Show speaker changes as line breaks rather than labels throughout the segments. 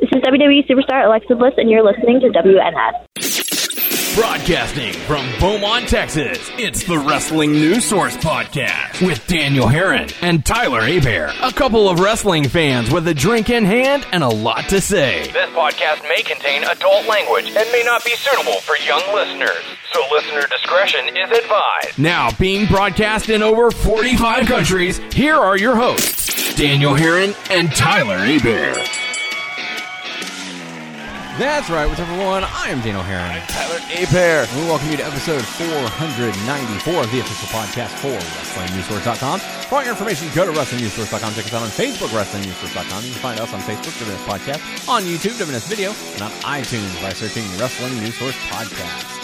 is WWE superstar Alexa Bliss, and you're listening to WNS.
Broadcasting from Beaumont, Texas, it's the Wrestling News Source Podcast with Daniel Herron and Tyler Abair, a couple of wrestling fans with a drink in hand and a lot to say.
This podcast may contain adult language and may not be suitable for young listeners, so listener discretion is advised.
Now being broadcast in over 45 countries, here are your hosts, Daniel Herron and Tyler Abair.
That's right. What's up, everyone? I am Daniel Herron.
Tyler Aper.
And we welcome you to episode 494 of the official podcast for WrestlingNewsSource.com. For all your information, go to WrestlingNewsSource.com. Check us out on Facebook, WrestlingNewsSource.com. You can find us on Facebook, WNS Podcast, on YouTube, WNS Video, and on iTunes by searching Wrestling News Source Podcast.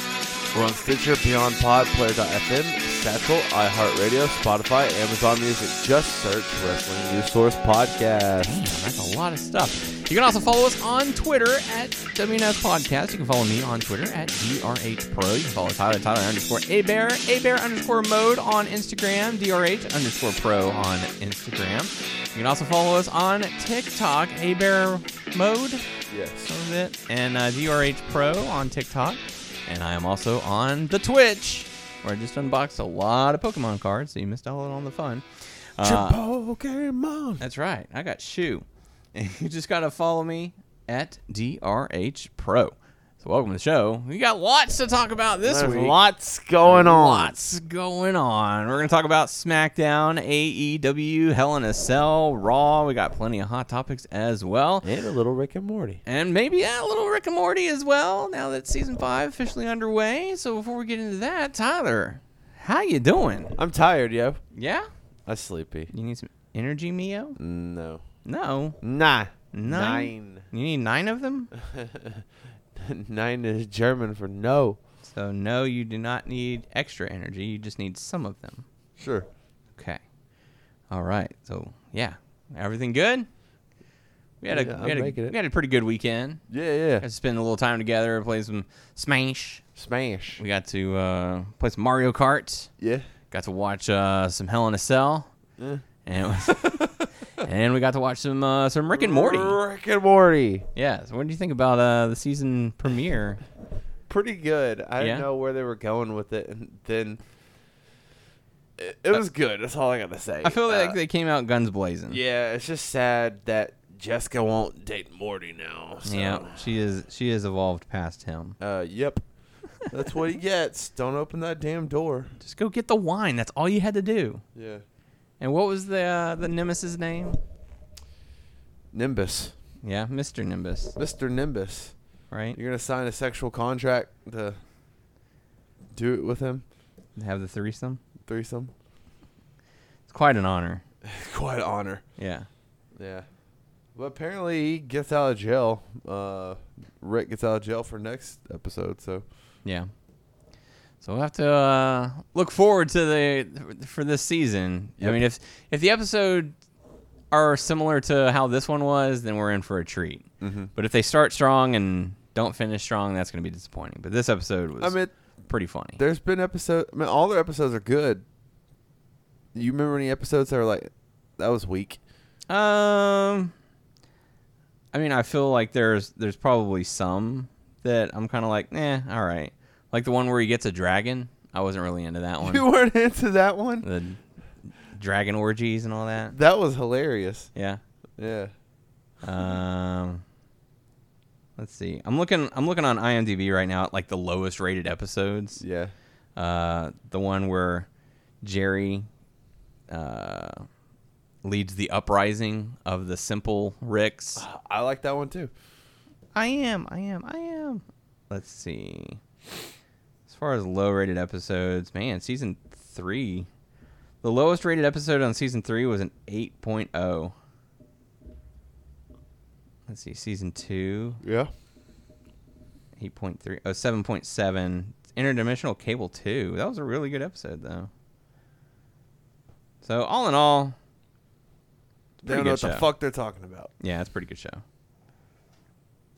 We're on Stitcher, Beyond Pod, Player.fm, Satchel, iHeartRadio, Spotify, Amazon Music. Just search Wrestling News Source Podcast.
Damn, that's a lot of stuff. You can also follow us on Twitter at WNS Podcast. You can follow me on Twitter at DRH Pro. You can follow Tyler, Tyler underscore A Bear, A Bear underscore Mode on Instagram, DRH underscore Pro on Instagram. You can also follow us on TikTok, A Bear Mode,
Yes.
some of it, and uh, DRH Pro on TikTok. And I am also on the Twitch, where I just unboxed a lot of Pokemon cards, so you missed out on the fun. Uh,
Pokemon.
that's right. I got shoe. And you just got to follow me at DRH Pro. So welcome to the show. We got lots to talk about this
There's
week.
lots going on.
Lots going on. We're going to talk about SmackDown, AEW, Hell in a Cell, Raw. We got plenty of hot topics as well.
And a little Rick and Morty.
And maybe yeah, a little Rick and Morty as well, now that season 5 officially underway. So before we get into that, Tyler, how you doing?
I'm tired, yo.
Yeah?
I'm sleepy.
You need some energy, Mio?
No.
No.
Nah.
Nine. You need 9 of them?
Nine. Nine is German for no.
So no, you do not need extra energy. You just need some of them.
Sure.
Okay. All right. So yeah, everything good. We had a
Yeah, I'm
we had a,
making it.
we had a pretty good weekend.
Yeah, yeah.
Got to spend a little time together, play some Smash.
Smash.
We got to uh, play some Mario Kart.
Yeah.
Got to watch uh, some Hell in a Cell.
Yeah.
And and we got to watch some uh, some Rick and Morty.
Rick and Morty.
Yeah. So what do you think about uh, the season premiere?
pretty good. I
Yeah?
didn't know where they were going with it, and then it, it was good. That's all I gotta say.
Uh, I feel like
Uh,
they came out guns blazing.
yeah, it's just sad that Jessica won't date Morty now. So.
Yeah. She is she has evolved past him.
Uh, yep. That's what he gets. Don't open that damn door.
Just go get the wine. That's all you had to do.
Yeah.
And what was the uh, the Nimbus's name?
Nimbus,
Yeah, Mr. Nimbus,
Mister Nimbus,
right?
you're gonna sign a sexual contract to do it with him.
Have the threesome.
Threesome.
It's quite an honor.
Quite an honor.
Yeah.
Yeah. Well, apparently he gets out of jail. Uh, Rick gets out of jail for next episode, so
Yeah. So we'll have to uh, look forward to the for this season. I
Yep.
mean, if if the episodes are similar to how this one was, then we're in for a treat.
Mm-hmm.
But if they start strong and don't finish strong, that's going to be disappointing. But this episode was
I mean,
pretty funny.
there's been episodes. I mean, all their episodes are good. You remember any episodes that were like that was weak?
Um, I mean, I feel like there's there's probably some that I'm kind of like, eh, all right. Like the one where he gets a dragon. I wasn't really into that
You
one.
weren't into that one.
the dragon orgies and all that.
That was hilarious.
Yeah.
Yeah.
Um, let's see. I'm looking. I'm looking on IMDb right now at like the lowest rated episodes.
Yeah.
Uh, the one where Jerry uh, leads the uprising of the simple Ricks.
I like that one too.
I am. I am. I am. Let's see. As far as low rated episodes, man, season three. The lowest rated episode on season three was an 8.0. Let's see. Season two,
Yeah.
8.3. Oh, 7.7. Interdimensional Cable 2. That was a really good episode, though. So, all in all,
They
Pretty
don't
good
know what the
show.
fuck they're talking about.
yeah, it's a pretty good show.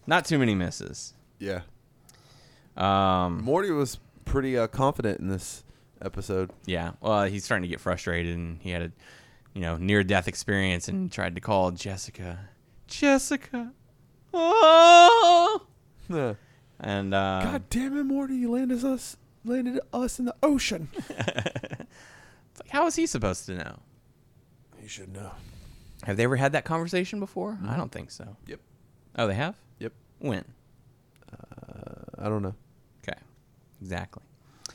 Not too many misses.
Yeah.
Um,
Morty was pretty uh, confident in this episode.
Yeah. Well, he's starting to get frustrated, and he had a, you know, near death experience, and tried to call Jessica. Jessica. And uh,
God damn it, Morty! You landed us landed us in the ocean.
it's like, how is he supposed to know?
You should know.
Have they ever had that conversation before? I don't think so.
Yep.
Oh, they have.
Yep.
When?
I don't know.
Okay. Exactly.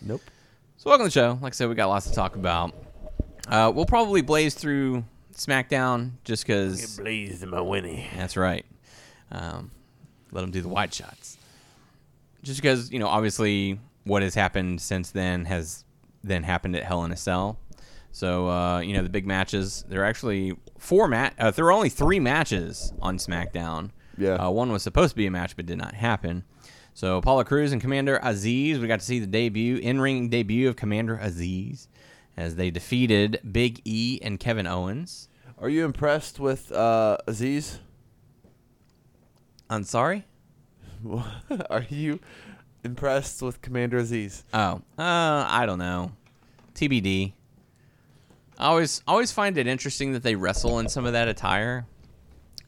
Nope.
So welcome to the show. Like I said, we got lots to talk about. Uh, we'll probably blaze through SmackDown just because.
Blaze my Winnie.
That's right. Um, let them do the wide shots. Just because you know, obviously, what has happened since then has then happened at Hell in a Cell. So uh, you know, the big matches. There are actually four mat. Uh, there were only three matches on SmackDown.
Yeah.
Uh, one was supposed to be a match, but did not happen. So Apollo Cruz and Commander Aziz, we got to see the debut, in-ring debut of Commander Aziz, as they defeated Big E and Kevin Owens.
Are you impressed with uh, Aziz?
I'm sorry.
Are you impressed with Commander Aziz?
Oh, uh, I don't know. TBD. I always always find it interesting that they wrestle in some of that attire,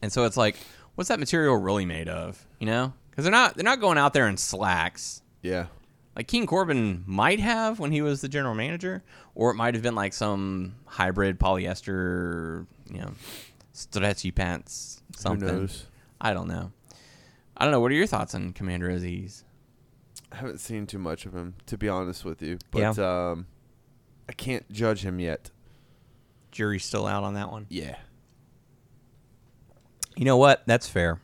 and so it's like, what's that material really made of? You know, because they're not they're not going out there in slacks.
Yeah.
Like King Corbin might have when he was the general manager, or it might have been like some hybrid polyester, you know, stretchy pants. Something.
knows?
I don't know. I don't know. What are your thoughts on Commander Aziz?
I haven't seen too much of him, to be honest with you.
Yeah.
But um, I can't judge him yet.
Jury's still out on that one.
Yeah.
You know what? That's fair.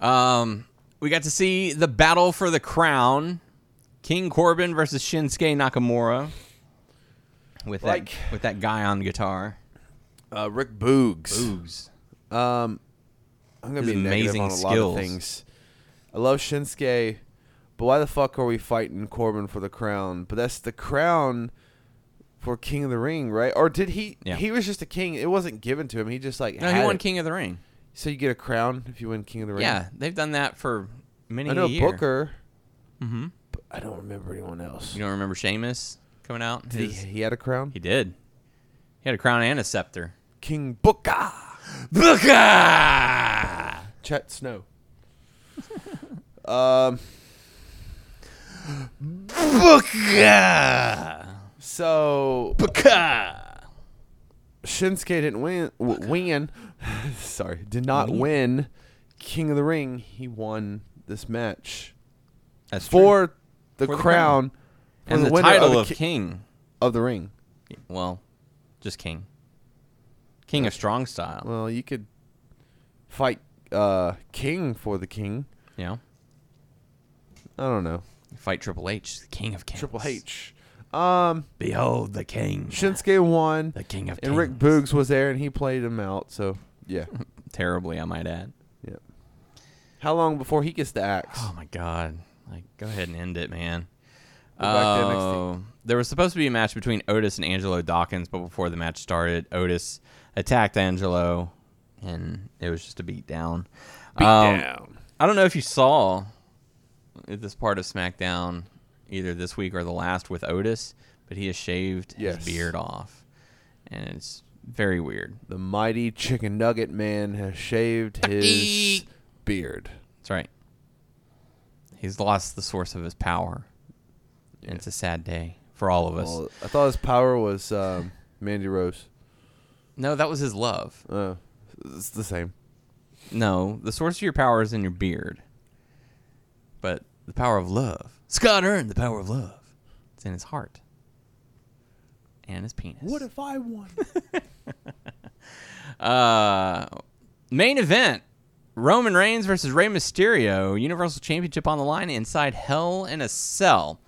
Um, we got to see the battle for the crown, King Corbin versus Shinsuke Nakamura, with
Like-
that with that guy on guitar.
Uh, Rick Boogs.
Boogs.
Um, I'm gonna
His
be negative
amazing
on a lot
skills.
of things. I love Shinsuke, but why the fuck are we fighting Corbin for the crown? But that's the crown for King of the Ring, right? Or did he?
Yeah.
He was just a king. It wasn't given to him. He just like
No,
had
he won
it.
King of the Ring.
So you get a crown if you win King of the Ring.
Yeah, they've done that for many
I know
a year.
Booker. Mm-hmm. But I don't remember anyone else.
You don't remember Sheamus coming out?
Did he,
His-
he had a crown.
he did. He had a crown and a scepter.
King Booker.
Booker.
Chet Snow. um.
Booker.
So
Booker.
Shinsuke didn't win. W- win. sorry, did not win King of the Ring. He won this match
That's true.
for the
For the
crown, for
and the,
winner
title
the
of
ki-
King.
of the ring.
Well, just king. King of strong style.
Well, you could fight uh, King for the King.
You know,
I don't know.
fight Triple H, the king of kings.
Triple H. Um,
Behold the king.
Shinsuke won,
The king of
and Rick
kings.
Boogs was there, and he played him out. So yeah,
Terribly, I might add.
yeah. How long before he gets the axe?
Oh my god. Like, go ahead and end it, man.
back to NXT.
Oh, there was supposed to be a match between Otis and Angelo Dawkins, but before the match started, Otis attacked Angelo, and it was just a beat down. Beat
down.
I don't know if you saw this part of SmackDown either this week or the last with Otis, but he has shaved
Yes.
his beard off, and it's very weird.
The mighty chicken nugget man has shaved his beard.
That's right. He's lost the source of his power. And it's a sad day for all of us.
Well, I thought his power was um, Mandy Rose.
no, that was his love.
Uh, it's the same.
No, the source of your power is in your beard. But the power of love. Scott earned the power of love. It's in his heart. And his penis. What if I won? uh main event. Roman Reigns versus Rey Mysterio, Universal Championship on the line inside Hell in a Cell.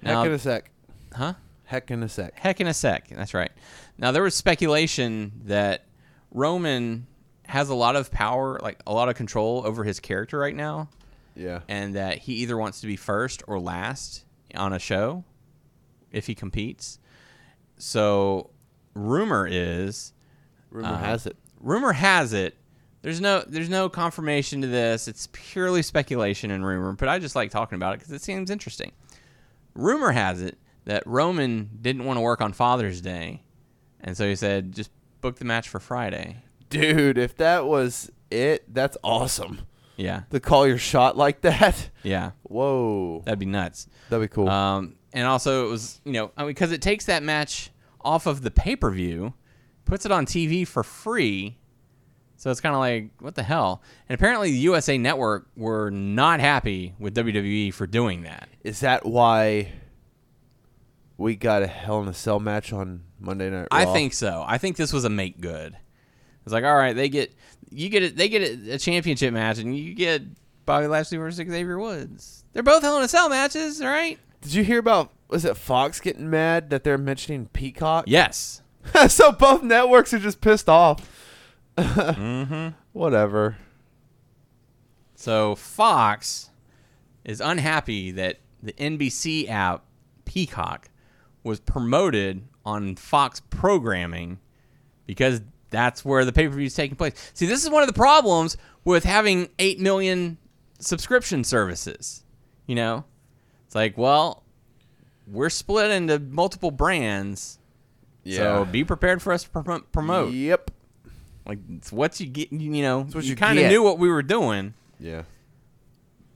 Heck
Now-
in a sec.
huh?
Heck in a sec.
heck in a sec. That's right. Now there was speculation that Roman has a lot of power, like a lot of control over his character right now,
Yeah.
and that he either wants to be first or last on a show if he competes. So rumor is
Rumor
uh,
has it.
rumor has it there's no there's no confirmation to this. It's purely speculation and rumor, but I just like talking about it because it seems interesting. Rumor has it that Roman didn't want to work on Father's Day, and so he said just book the match for Friday.
Dude, if that was it, that's awesome.
Yeah.
to call your shot like that.
Yeah.
Whoa,
That'd be nuts.
that'd be cool.
Um, and also, it was, you know, I mean, because it takes that match off of the pay per view, puts it on TV for free. So it's kind of like, what the hell? And apparently, the USA Network were not happy with WWE for doing that.
Is that why we got a Hell in a Cell match on Monday Night Raw?
I think so. I think this was a make good. It's like, all right, they get you get it, they get a, a championship match, and you get Bobby Lashley versus Xavier Woods. They're both Hell in a Cell matches, right?
Did you hear about? Was it Fox getting mad that they're mentioning Peacock?
Yes.
so both networks are just pissed off.
Mm-hmm.
Whatever.
So Fox is unhappy that the NBC app Peacock was promoted on Fox programming because that's where the pay-per-view is taking place. See, this is one of the problems with having 8 million subscription services. You know, it's like, well, we're split into multiple brands. So be prepared for us to prom- promote.
Yep.
Like it's what you get, you know,
what
you
you
kind of
get.
knew what we were doing.
Yeah.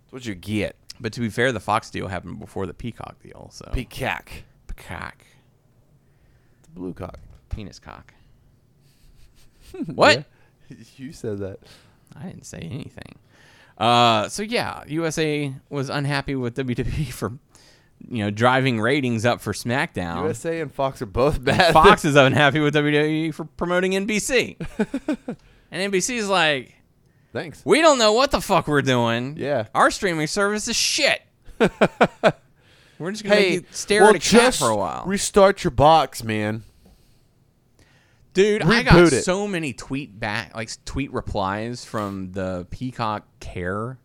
That's what you get.
But to be fair, the Fox deal happened before the Peacock deal. So
Peacock.
Peacock,
It's a blue cock.
penis cock. what?
you said that.
I didn't say anything. Uh, so yeah, USA was unhappy with WWE for you know driving ratings up for SmackDown.
USA and Fox are both bad.
Oh. Fox is unhappy with WWE for promoting NBC, and NBC's like,
Thanks.
we don't know what the fuck we're doing.
Yeah.
our streaming service is shit. we're just gonna make
Hey,
you stare
well,
at a cat
just
for a while.
Restart your box, man.
Dude, I got
Reboot it.
so many tweet back, like tweet replies from the Peacock Care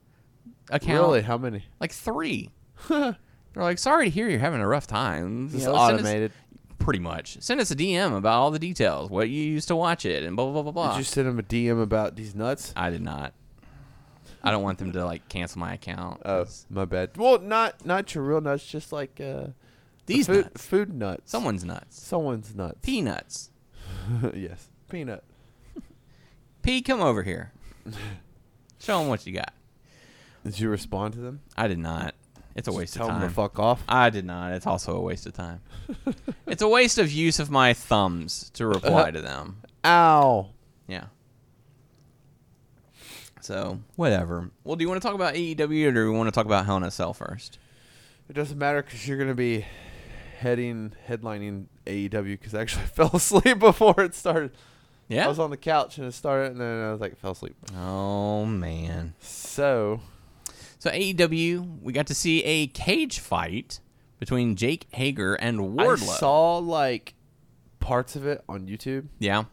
account.
Really? How many?
Like three. They're like, sorry to hear you're having a rough time.
This is
You know, send us-
automated.
pretty much. Send us a DM about all the details, what you used to watch it, and blah, blah, blah, blah, blah.
Did you send him a DM about these nuts?
I did not. I don't want them to, like, cancel my account.
Oh,
'cause
my bad. Well, not not your real nuts, just like uh,
These
food
nuts.
food nuts.
Someone's nuts.
someone's nuts.
Peanuts.
yes, peanut.
P, come over here. Show them what you got.
Did you respond to them?
I did not. It's a waste
Tell
of time.
them to fuck off.
I did not. It's also a waste of time. it's a waste of use of my thumbs to reply to them.
Ow.
Yeah. So whatever. Well, do you want to talk about AEW or do we want to talk about Hell in a Cell first?
It doesn't matter because you're gonna be heading headlining AEW because I actually fell asleep before it started. I
Yeah.
was on the couch and it started, and then I was like fell asleep.
Oh man.
So
So AEW, we got to see a cage fight between Jake Hager and Wardlow.
I saw like parts of it on YouTube.
yeah.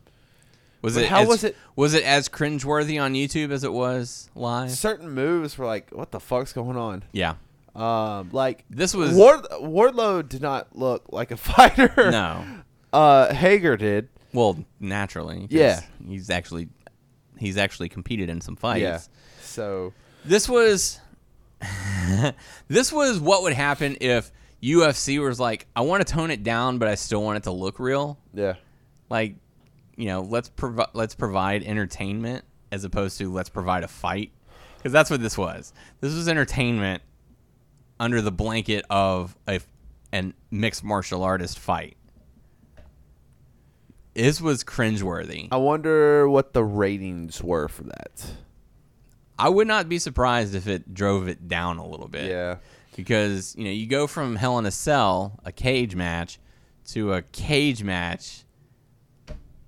Was
But
it
how
as-
was it-
Was it as cringeworthy on YouTube as it was live?
Certain moves were like, "What the fuck's going on?"
yeah.
Um, like
This was-
Ward- Wardlow did not look like a fighter.
No.
uh, Hager did.
Well, naturally. 'cause
Yeah.
He's actually he's actually competed in some fights.
Yeah. So
This was this was what would happen if UFC was like, I want to tone it down, but I still want it to look real.
yeah,
Like, you know, let's provide let's provide entertainment as opposed to let's provide a fight, because that's what this was. This was entertainment under the blanket of a an mixed martial artist fight. This was cringeworthy.
I wonder what the ratings were for that.
I would not be surprised if it drove it down a little bit.
Yeah.
Because, you know, you go from Hell in a Cell, a cage match, to a cage match.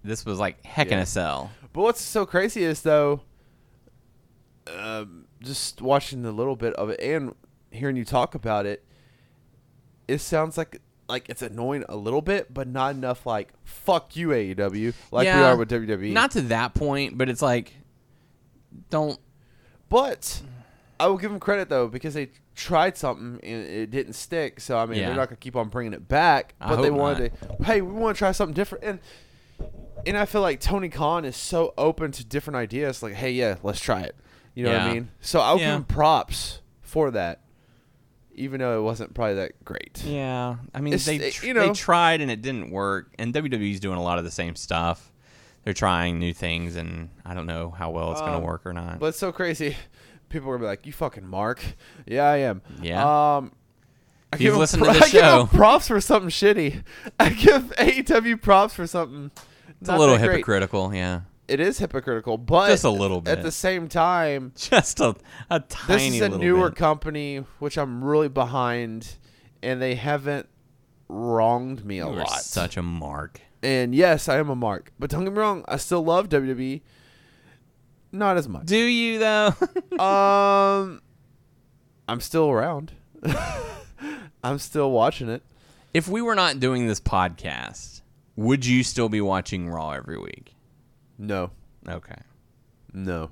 This was like heck in
Yeah.
a cell.
But what's so crazy is though, um, just watching the little bit of it and hearing you talk about it, it sounds like like it's annoying a little bit, but not enough. Like fuck you AEW, like we
Yeah.
are with E. WWE.
Not to that point, but it's like, don't.
but I will give them credit though because they tried something and it didn't stick. So I mean,
Yeah.
they're not gonna keep on bringing it back.
I
But they
hope
wanted to, hey, we want to try something different and. And I feel like Tony Khan is so open to different ideas. Like, hey, yeah, let's try it. You know what
Yeah.
I mean? So I'll
Yeah.
give him props for that, even though it wasn't probably that great.
Yeah. I mean,
It's-
they,
it-
tr-
you
they
know.
tried and it didn't work. And WWE's doing a lot of the same stuff. They're trying new things, and I don't know how well it's going
Um,
to work or not.
But it's so crazy people are gonna be like, "You fucking Mark." Yeah, I am.
Yeah.
Um, I
You've
give 'em
listened to the
I give 'em
show.
props for something shitty. I give AEW props for something.
It's a little hypocritical, yeah.
It is hypocritical, but
Just a little bit.
At the same time,
Just a, a tiny
this is a
little
newer
bit.
company which I'm really behind, and they haven't wronged me a
You are
lot.
Such a mark.
and yes, I am a mark, but don't get me wrong, I still love WWE. Not as much.
Do you though?
Um, I'm still around. I'm still watching it.
if we were not doing this podcast, would you still be watching Raw every week?
No,
Okay.
no,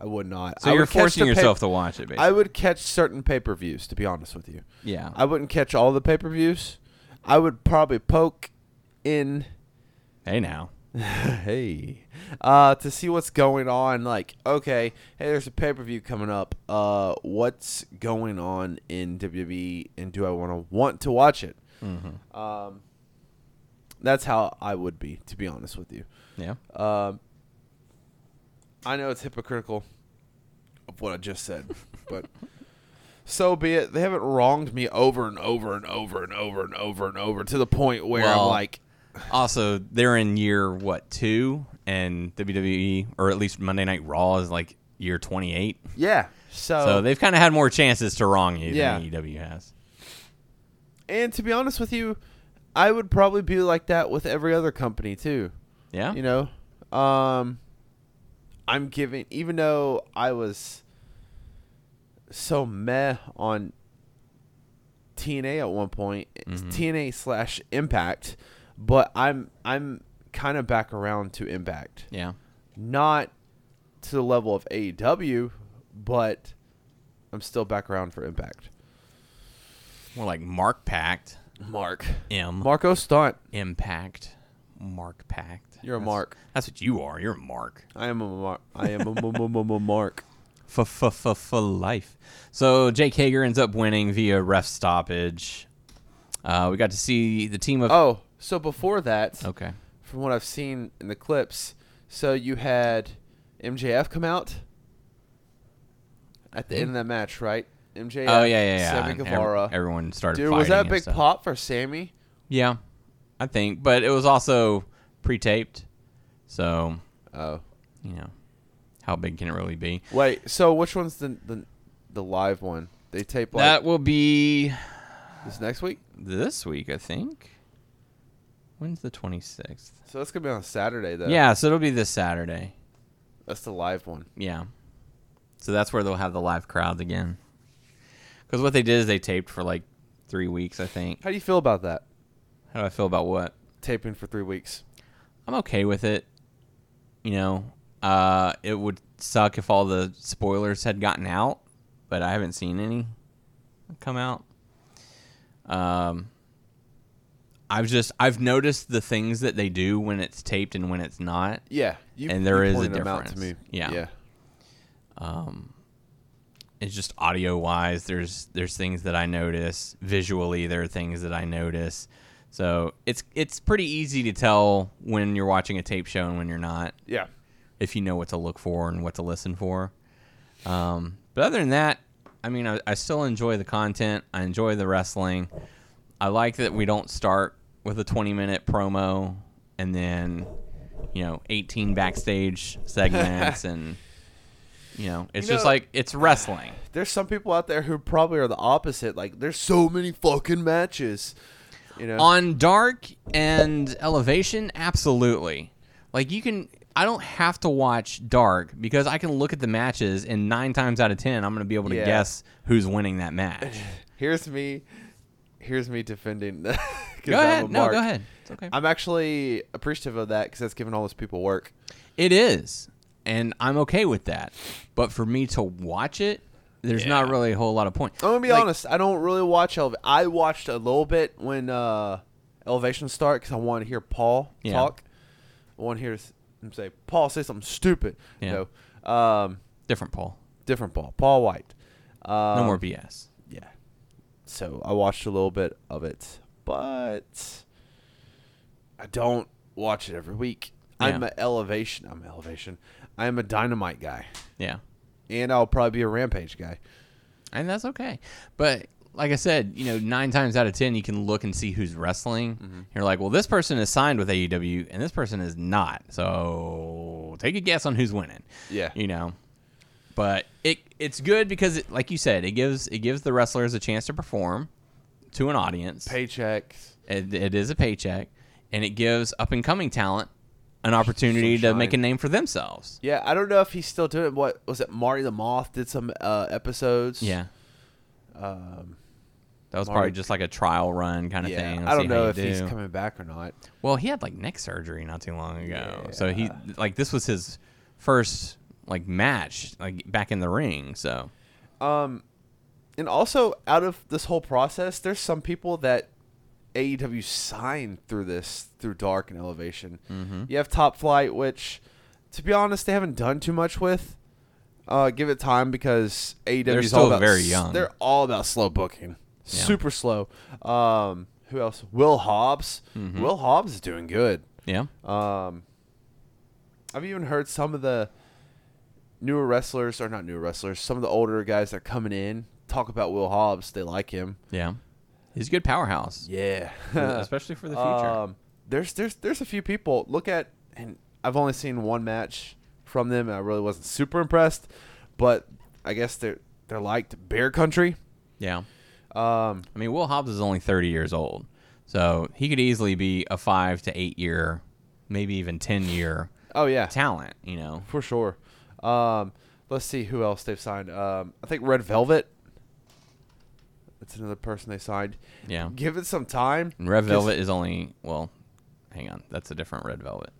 I would not.
So
I
you're
would catch
forcing
the pay-
yourself to watch it, basically.
I would catch certain pay per views. To be honest with you,
yeah.
I wouldn't catch all the pay per views. I would probably poke in
hey now.
hey uh to see what's going on like okay hey there's a pay-per-view coming up uh what's going on in WWE and do I want to want to watch it
Mm-hmm.
um that's how I would be to be honest with you
Yeah.
um I know it's hypocritical of what I just said but so be it they haven't wronged me over and over and over and over and over and over to the point where I'm
Well,
like
also, they're in year what two, and WWE or at least Monday Night Raw is like year twenty eight.
yeah
So they've kind of had more chances to wrong you
Oh. Yeah.
than AEW has.
And to be honest with you, I would probably be like that with every other company too.
Yeah.
You know, um, I'm giving, even though I was so meh on TNA at one point, it's
Mm-hmm.
TNA slash Impact, but I'm I'm kind of back around to Impact,
yeah.
not to the level of AEW, but I'm still back around for Impact.
More like Mark Pact.
Mark,
M.
Marco Stunt,
Impact. Mark Pact.
you're a
That's-
Mark.
That's what you are. You're a Mark.
I am a mar- I am a m- m- m- m- mark.
for, for, for, for life. So Jake Hager ends up winning via ref stoppage. Uh, we got to see the team of.
Oh, so before that,
Okay.
from what I've seen in the clips, so you had MJF come out at the end of that match, right? MJF.
Hmm? Oh, yeah, yeah, yeah.
Sammy
And ev-
Guevara.
everyone started
Dude, was that a
fighting and
big
stuff.
pop for Sammy?
Yeah, I think. But it was also pre taped. So,
Oh,
you know, how big can it really be?
wait. So which one's the the, the live one? They tape like
that will be
this next week,
this week, I think. When's the 26th?
so that's gonna be on Saturday though.
Yeah, so it'll be this Saturday.
that's the live one.
Yeah. So that's where they'll have the live crowds again. Because what they did is they taped for like three weeks, I think.
How do you feel about that?
How do I feel about what?
Taping for three weeks.
I'm okay with it. You know, uh, it would suck if all the spoilers had gotten out, but I haven't seen any come out. Um, I've just I've noticed the things that they do when it's taped and when it's not.
Yeah, you,
And there
you
is a
pointed them out to me.
difference. Yeah.
yeah.
it's just audio wise there's there's things that i notice visually there are things that i notice so it's it's pretty easy to tell when you're watching a tape show and when you're not
Yeah.
if you know what to look for and what to listen for um, but other than that i mean I, I still enjoy the content i enjoy the wrestling i like that we don't start with a 20 minute promo and then you know 18 backstage segments and you know it's just
know-
like it's wrestling
There's some people out there who probably are the opposite. Like, there's so many fucking matches. You know,
on dark and elevation absolutely like you can i don't have to watch dark because i can look at the matches and nine times out of ten i'm gonna be able to
Yeah.
guess who's winning that match
here's me, here's me defending. go
go ahead no go ahead it's okay
I'm actually appreciative of that because that's giving all those people work.
it is and i'm okay with that but for me to watch it there's not really a whole lot of point
I'm gonna be
Like,
honest. I don't really watch Elev. I watched a little bit when uh, Elevation start because I wanted to hear Paul
Yeah.
talk. I want to hear s- him say, "Paul, say something stupid."
Yeah.
You know, um,
different paul
different Paul, Paul White. Uh,
no more bs
yeah. So I watched a little bit of it, but I don't watch it every week. I'm
Yeah.
a elevation. I'm elevation. I'm a dynamite guy.
yeah
and I'll probably be a rampage guy.
and that's okay. But like I said, you know, nine times out of ten, you can look and see who's wrestling.
Mm-hmm.
You're like, well, this person is signed with AEW, and this person is not. So take a guess on who's winning.
Yeah.
you know, but it it's good because, it, like you said, it gives it gives the wrestlers a chance to perform to an audience.
Paychecks.
It, it is a paycheck, and it gives up and coming talent an opportunity to make a
shine.
name for themselves.
Yeah, I don't know if he's still doing it. What was it? Marty the Moth did some uh, episodes.
Yeah. Um, that was probably
Um, Mark-
just like a trial run kind of
Yeah,
thing. Let's
I
see
don't
how
know
you
if he's
do.
coming back or not.
Well, he had like neck surgery not too long ago, so he like this was his first like match like back in the ring. So
And also, out of this whole process, there's some people that AEW signed through this, through Dark and Elevation.
Mm-hmm.
You have Top Flight, which, to be honest, they haven't done too much with. Uh, give it time because AEW is
still
all about
very
s-
young.
They're all about slow booking, super slow. Um, who else? Will Hobbs.
Mm-hmm.
Will Hobbs is doing good.
yeah,
I've even heard some of the newer wrestlers, or not newer wrestlers, some of the older guys that are coming in talk about Will Hobbs. They like him.
yeah, he's a good powerhouse,
Yeah.
especially for the future.
Um, there's there's there's a few people. Look at and I've only seen one match from them. And I really wasn't super impressed, but I guess they're they're liked. Bear Country.
yeah, um, I mean, Will Hobbs is only thirty years old, so he could easily be a five to eight year, maybe even ten year
Oh yeah,
talent. You know,
for sure. Um, let's see who else they've signed. Um, I think Red Velvet. That's another person they signed.
Yeah.
Give it some time.
And Red
'cause-
Velvet is only well, hang on, that's a different Red Velvet.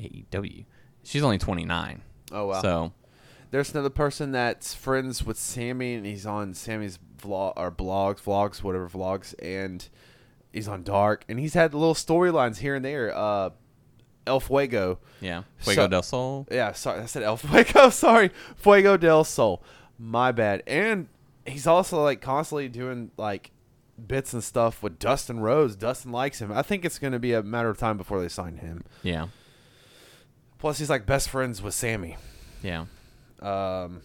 AEW. E She's only twenty nine.
Oh wow.
So
There's another person that's friends with Sammy, and he's on Sammy's vlog or blogs, vlogs, whatever vlogs, and he's on Dark, and he's had little storylines here and there. Uh, El Fuego,
yeah, Fuego
So-
del Sol.
yeah, sorry, I said El Fuego, sorry, Fuego del Sol, my bad. And he's also like constantly doing like bits and stuff with Dustin Rose. Dustin likes him. I think it's gonna be a matter of time before they sign him.
Yeah,
Plus, he's like best friends with Sammy.
yeah.
Um,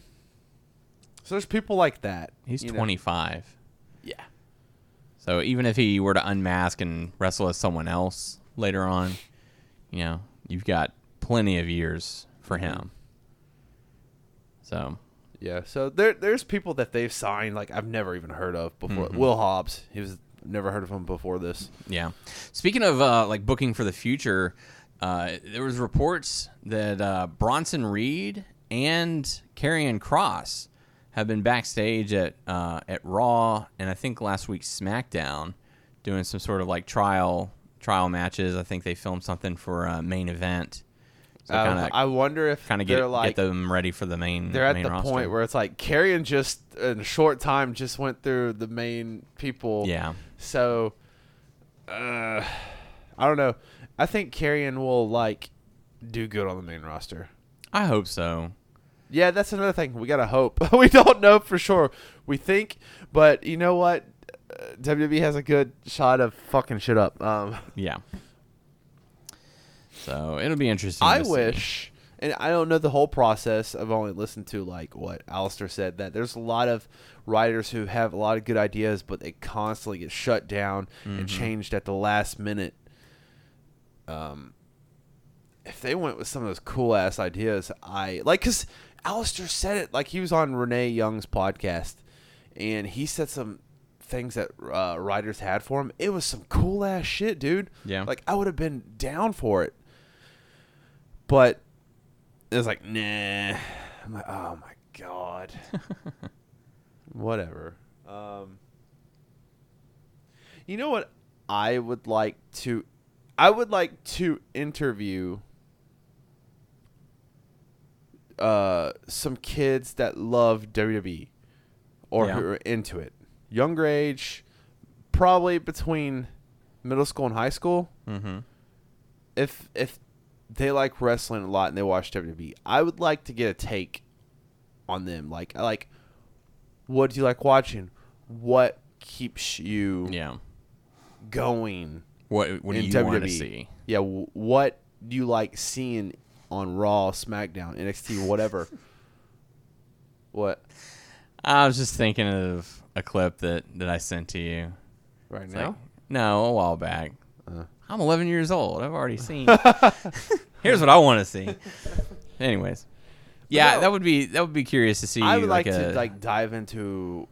so there's people like that.
He's
you know?
twenty five.
Yeah.
So even if he were to unmask and wrestle as someone else later on, you know, you've got plenty of years for him. So
Yeah. So there there's people that they've signed like I've never even heard of before.
Mm-hmm.
Will Hobbs, he was never heard of him before this.
Yeah. Speaking of uh, like booking for the future, uh, there was reports that uh, Bronson Reed and Karrion Cross have been backstage at uh, at Raw and I think last week's SmackDown, doing some sort of like trial trial matches. I think they filmed something for a main event. So
Um,
kind of
I wonder if
kind of
they're
get
like
get them ready for the main.
they're at
main
the
roster.
point where it's like Carrion just in a short time just went through the main people.
yeah.
So uh I don't know. I think Carrion will like do good on the main roster.
I hope so.
Yeah, that's another thing. We gotta hope. we don't know for sure. We think, but you know what? Uh, WWE has a good shot of fucking shit up. Um,
Yeah. So it'll be interesting.
I
to see.
wish, and I don't know the whole process. I've only listened to like what Alistair said that there's a lot of writers who have a lot of good ideas, but they constantly get shut down and changed at the last minute. Um, if they went with some of those cool ass ideas, I like because Alistair said it like he was on Renee Young's podcast, and he said some things that uh, writers had for him. It was some cool ass shit, dude.
Yeah.
like I would have been down for it but it was like nah i'm like oh my god whatever um you know what i would like to i would like to interview uh some kids that love wwe or
Yeah.
who are into it younger age probably between middle school and high school if if they like wrestling a lot and they watch WWE, I would like to get a take on them. Like I like what do you like watching? What keeps you
Yeah.
going
What What do
in E?
you
WWE?
want to see?
Yeah, wh- what do you like seeing on Raw, SmackDown, NXT, whatever. what?
I was just thinking of a clip that, that I sent to you.
Right
It's
now?
like, no, a while back.
Uh.
I'm 11 years old. I've already seen. Here's what I want to see. Anyways, yeah,
no.
that would be that would be curious to see. uh,
I would like,
a,
to like dive into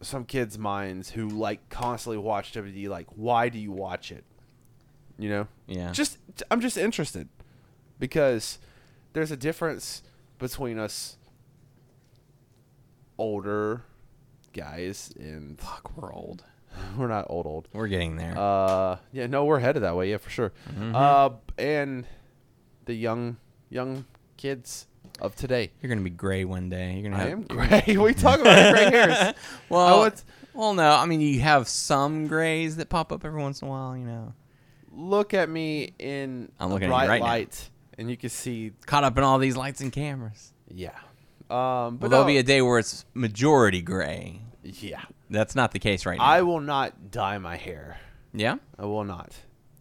some kids' minds who like constantly watch WWE. Like, why do you watch it? You know?
Yeah.
Just I'm just interested because there's a difference between us older guys and
fuck. We're old.
we're not old old.
We're getting there.
Uh, yeah, no, we're headed that way. Yeah, for sure.
Mm-hmm.
Uh, and the young young kids of today.
You're gonna be gray one day. You're gonna
I
have.
am gray. we talk about gray hairs.
well,
it's-
well, no. I mean, you have some grays that pop up every once in a while. You know,
Look at me in
I'm
a
looking at you
bright
right now.
light, and you can see.
caught up in all these lights and cameras.
Yeah. Um,
But
but
there'll
no,
be a day where it's majority gray.
yeah.
That's not the case right now.
I will not dye my hair.
yeah,
I will not.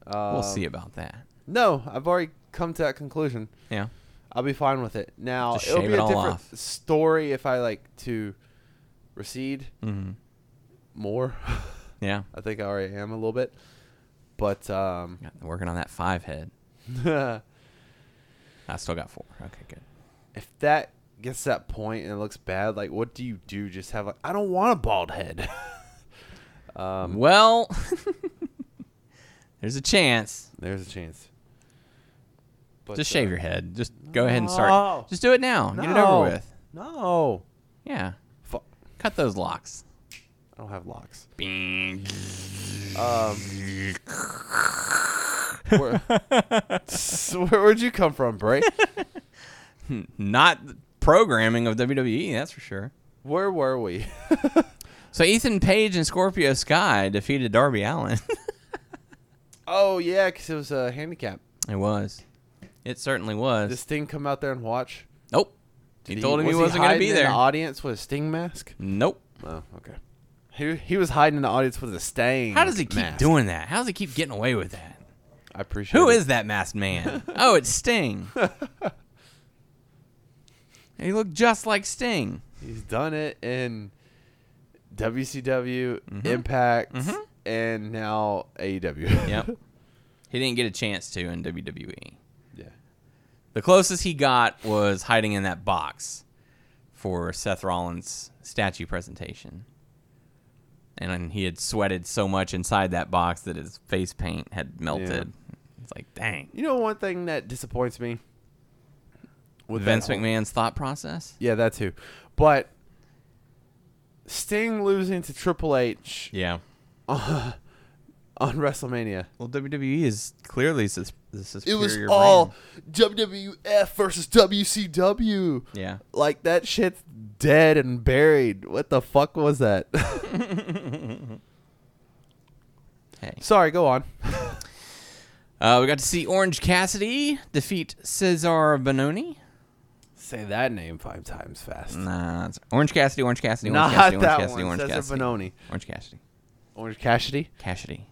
we'll
Uh,
see about that.
No, I've already come to that conclusion.
Yeah.
I'll be fine with it. Now
Just
it'll
shave
be
it
a
all
different
off.
story if I like to recede
hmm
more.
Yeah.
I think I already am a little bit, but um,
Got- Working on that five head.
if
I still got four. Okay, good.
that gets to that point and it looks bad, like what do you do? Just have like I don't want a bald head.
well, there's a chance.
There's a chance. But,
Just
uh,
shave your head. Just go ahead and start.
No.
Just do it now. Get it
No.
over with.
No,
Yeah.
fuck.
Cut those locks.
I don't have locks. Um,
Bing.
Where, where, would you come from, Bray?
Not the programming of WWE, that's for sure.
Where were we?
So Ethan Page and Scorpio Sky defeated Darby Allen.
Oh yeah, because it was a handicap.
it was. It certainly was.
Did Sting come out there and watch?
nope. He told him he wasn't going to
hiding
be
in
there.
The audience with a Sting mask.
nope.
Oh, okay. He, he was hiding in the audience with a stain.
How does he keep
mask.
doing that? How does he keep getting away with that?
I appreciate.
Who
it.
is that masked man? oh, it's Sting. he looked just like Sting.
He's done it in WCW, Impact, and now E AEW.
Yep. he didn't get a chance to in WWE.
yeah.
The closest he got was hiding in that box for Seth Rollins' statue presentation. And then he had sweated so much inside that box that his face paint had melted. It's like, dang.
You know one thing that disappoints me with that
Vince
whole-
McMahon's thought process?
Yeah, that too. But Sting losing to Triple H
Yeah.
on WrestleMania.
Well, WWE is clearly sus- the superior brand.
WWF versus WCW.
Yeah.
Like that shit's dead and buried. What the fuck was that?
Hey.
Sorry, go on.
Uh, we got to see Orange Cassidy defeat Cesar Bononi.
Say that name five times fast.
Nah, it's Orange Cassidy, Orange Cassidy, Orange
Not
Cassidy, Orange
that
Cassidy,
one.
Orange
Cesar
Cassidy.
Bononi.
Orange Cassidy.
Orange Cassidy.
Cassidy.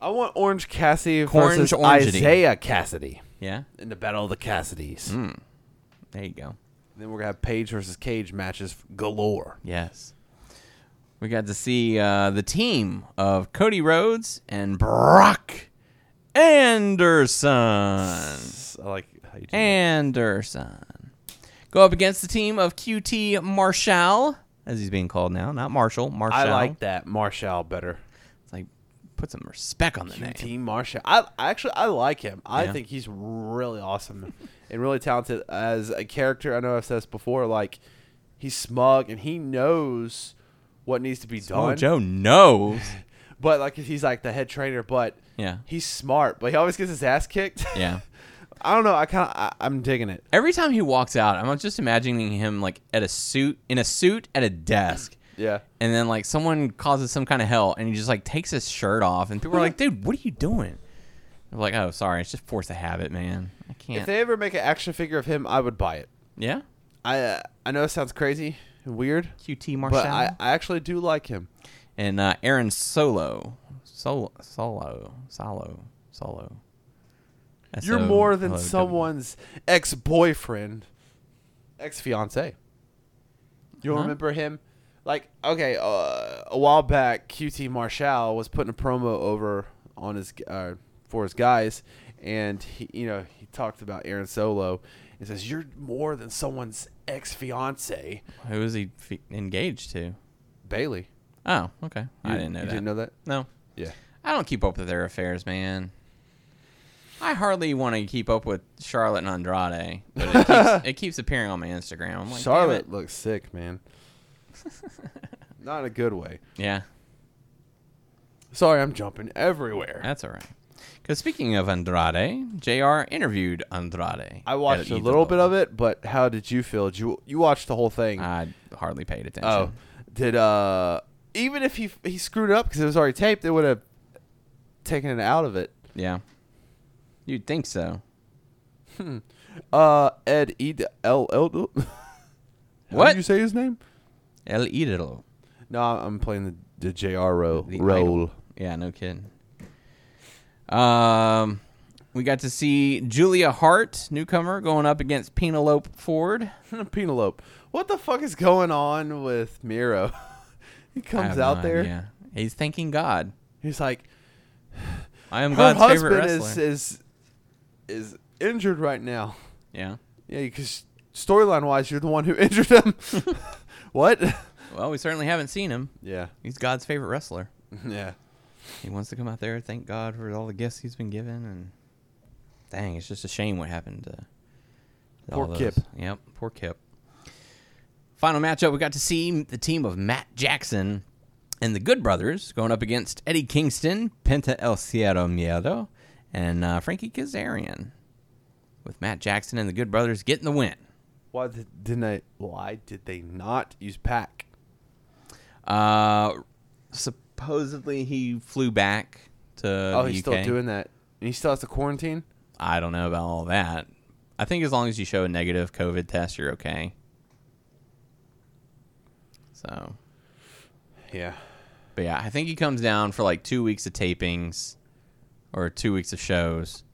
I want Orange Cassidy
Orange
versus
Orangedy.
Isaiah Cassidy
Yeah,
in the Battle of the Cassidys.
Hmm. there you go.
Then we're gonna have Page versus Cage matches galore.
Yes. We got to see uh, the team of Cody Rhodes and Brock Anderson.
I like how you do that.
Anderson. Go up against the team of QT Marshall, as he's being called now, not Marshall. Marshall.
I like that Marshall better.
It's like, put some respect on the name.
QT Marshall. I I actually I like him. I
Yeah.
think he's really awesome and really talented as a character. I know I've said this before. Like he's smug and he knows what needs to be
Oh,
done.
Joe knows.
But like he's like the head trainer, but
Yeah.
he's smart. But he always gets his ass kicked.
yeah.
I don't know. I kind of I'm digging it.
Every time he walks out, I'm just imagining him like at a suit in a suit at a desk.
Yeah.
And then like someone causes some kind of hell and he just like takes his shirt off and people are like, dude, what are you doing? I'm like, oh sorry, it's just force of habit, man. I
If
can't
they ever make an action figure of him, I would buy it.
Yeah?
I uh, I know it sounds crazy and weird,
QT Marshall
but I, I actually do like him.
and uh, Aaron Solo. Solo Solo. Solo. Solo.
You're
S-O-
more than
hello, W.
someone's ex boyfriend, ex fiance. You
Huh?
remember him? Like, okay, uh, a while back, QT Marshall was putting a promo over on his uh, for his guys, and he, you know, he talked about Aaron Solo. and says, "You're more than someone's ex fiance,
Who is he fe- engaged to?
Bailey."
Oh, okay. I
You-
didn't know
you
that.
Didn't know that?
No,
Yeah.
I don't keep up with their affairs, man. I hardly want to keep up with Charlotte and Andrade, but it keeps, it keeps appearing on my Instagram. I'm like, damn
Charlotte
it.
looks sick, man. Not in a good way.
Yeah,
Sorry, I'm jumping everywhere.
that's all right. Because speaking of Andrade, Jr. interviewed Andrade.
I watched a little bit of it, but how did you feel? Did you you watched the whole thing?
I hardly paid attention.
oh, did uh even if he he screwed up because it was already taped, they would have taken it out of it.
yeah. You'd think so.
Uh, Ed E L L. How
What?
did you say his name?
El Idolo.
No, I'm playing the the Jr. role.
The
role.
idol. Yeah, no kidding. Um, we got to see Julia Hart, newcomer, going up against Penelope Ford.
Penelope. What the fuck is going on with Miro? he
I
comes
have
out
no
there.
idea. He's thanking God.
He's like,
I am
her
God's favorite
husband is
wrestler.
is is injured right now.
yeah.
Yeah, because storyline wise, you're the one who injured him. what?
Well, we certainly haven't seen him.
Yeah,
He's God's favorite wrestler.
yeah.
He wants to come out there, thank God for all the gifts he's been given, and dang, it's just a shame what happened. To, to
Poor
all those.
Kip.
Yep, poor Kip. Final matchup, we got to see the team of Matt Jackson and the Good Brothers going up against Eddie Kingston, Penta El Cierro Miedo, and uh, Frankie Kazarian. With Matt Jackson and the Good Brothers getting the win.
Why did, didn't they? Why did they not use pack?
Uh, supposedly he flew back to
Oh,
the
he's
UK.
still doing that, and he still has to quarantine.
I don't know about all that. I think as long as you show a negative COVID test, you're okay. So,
Yeah,
but yeah, I think he comes down for like two weeks of tapings or two weeks of shows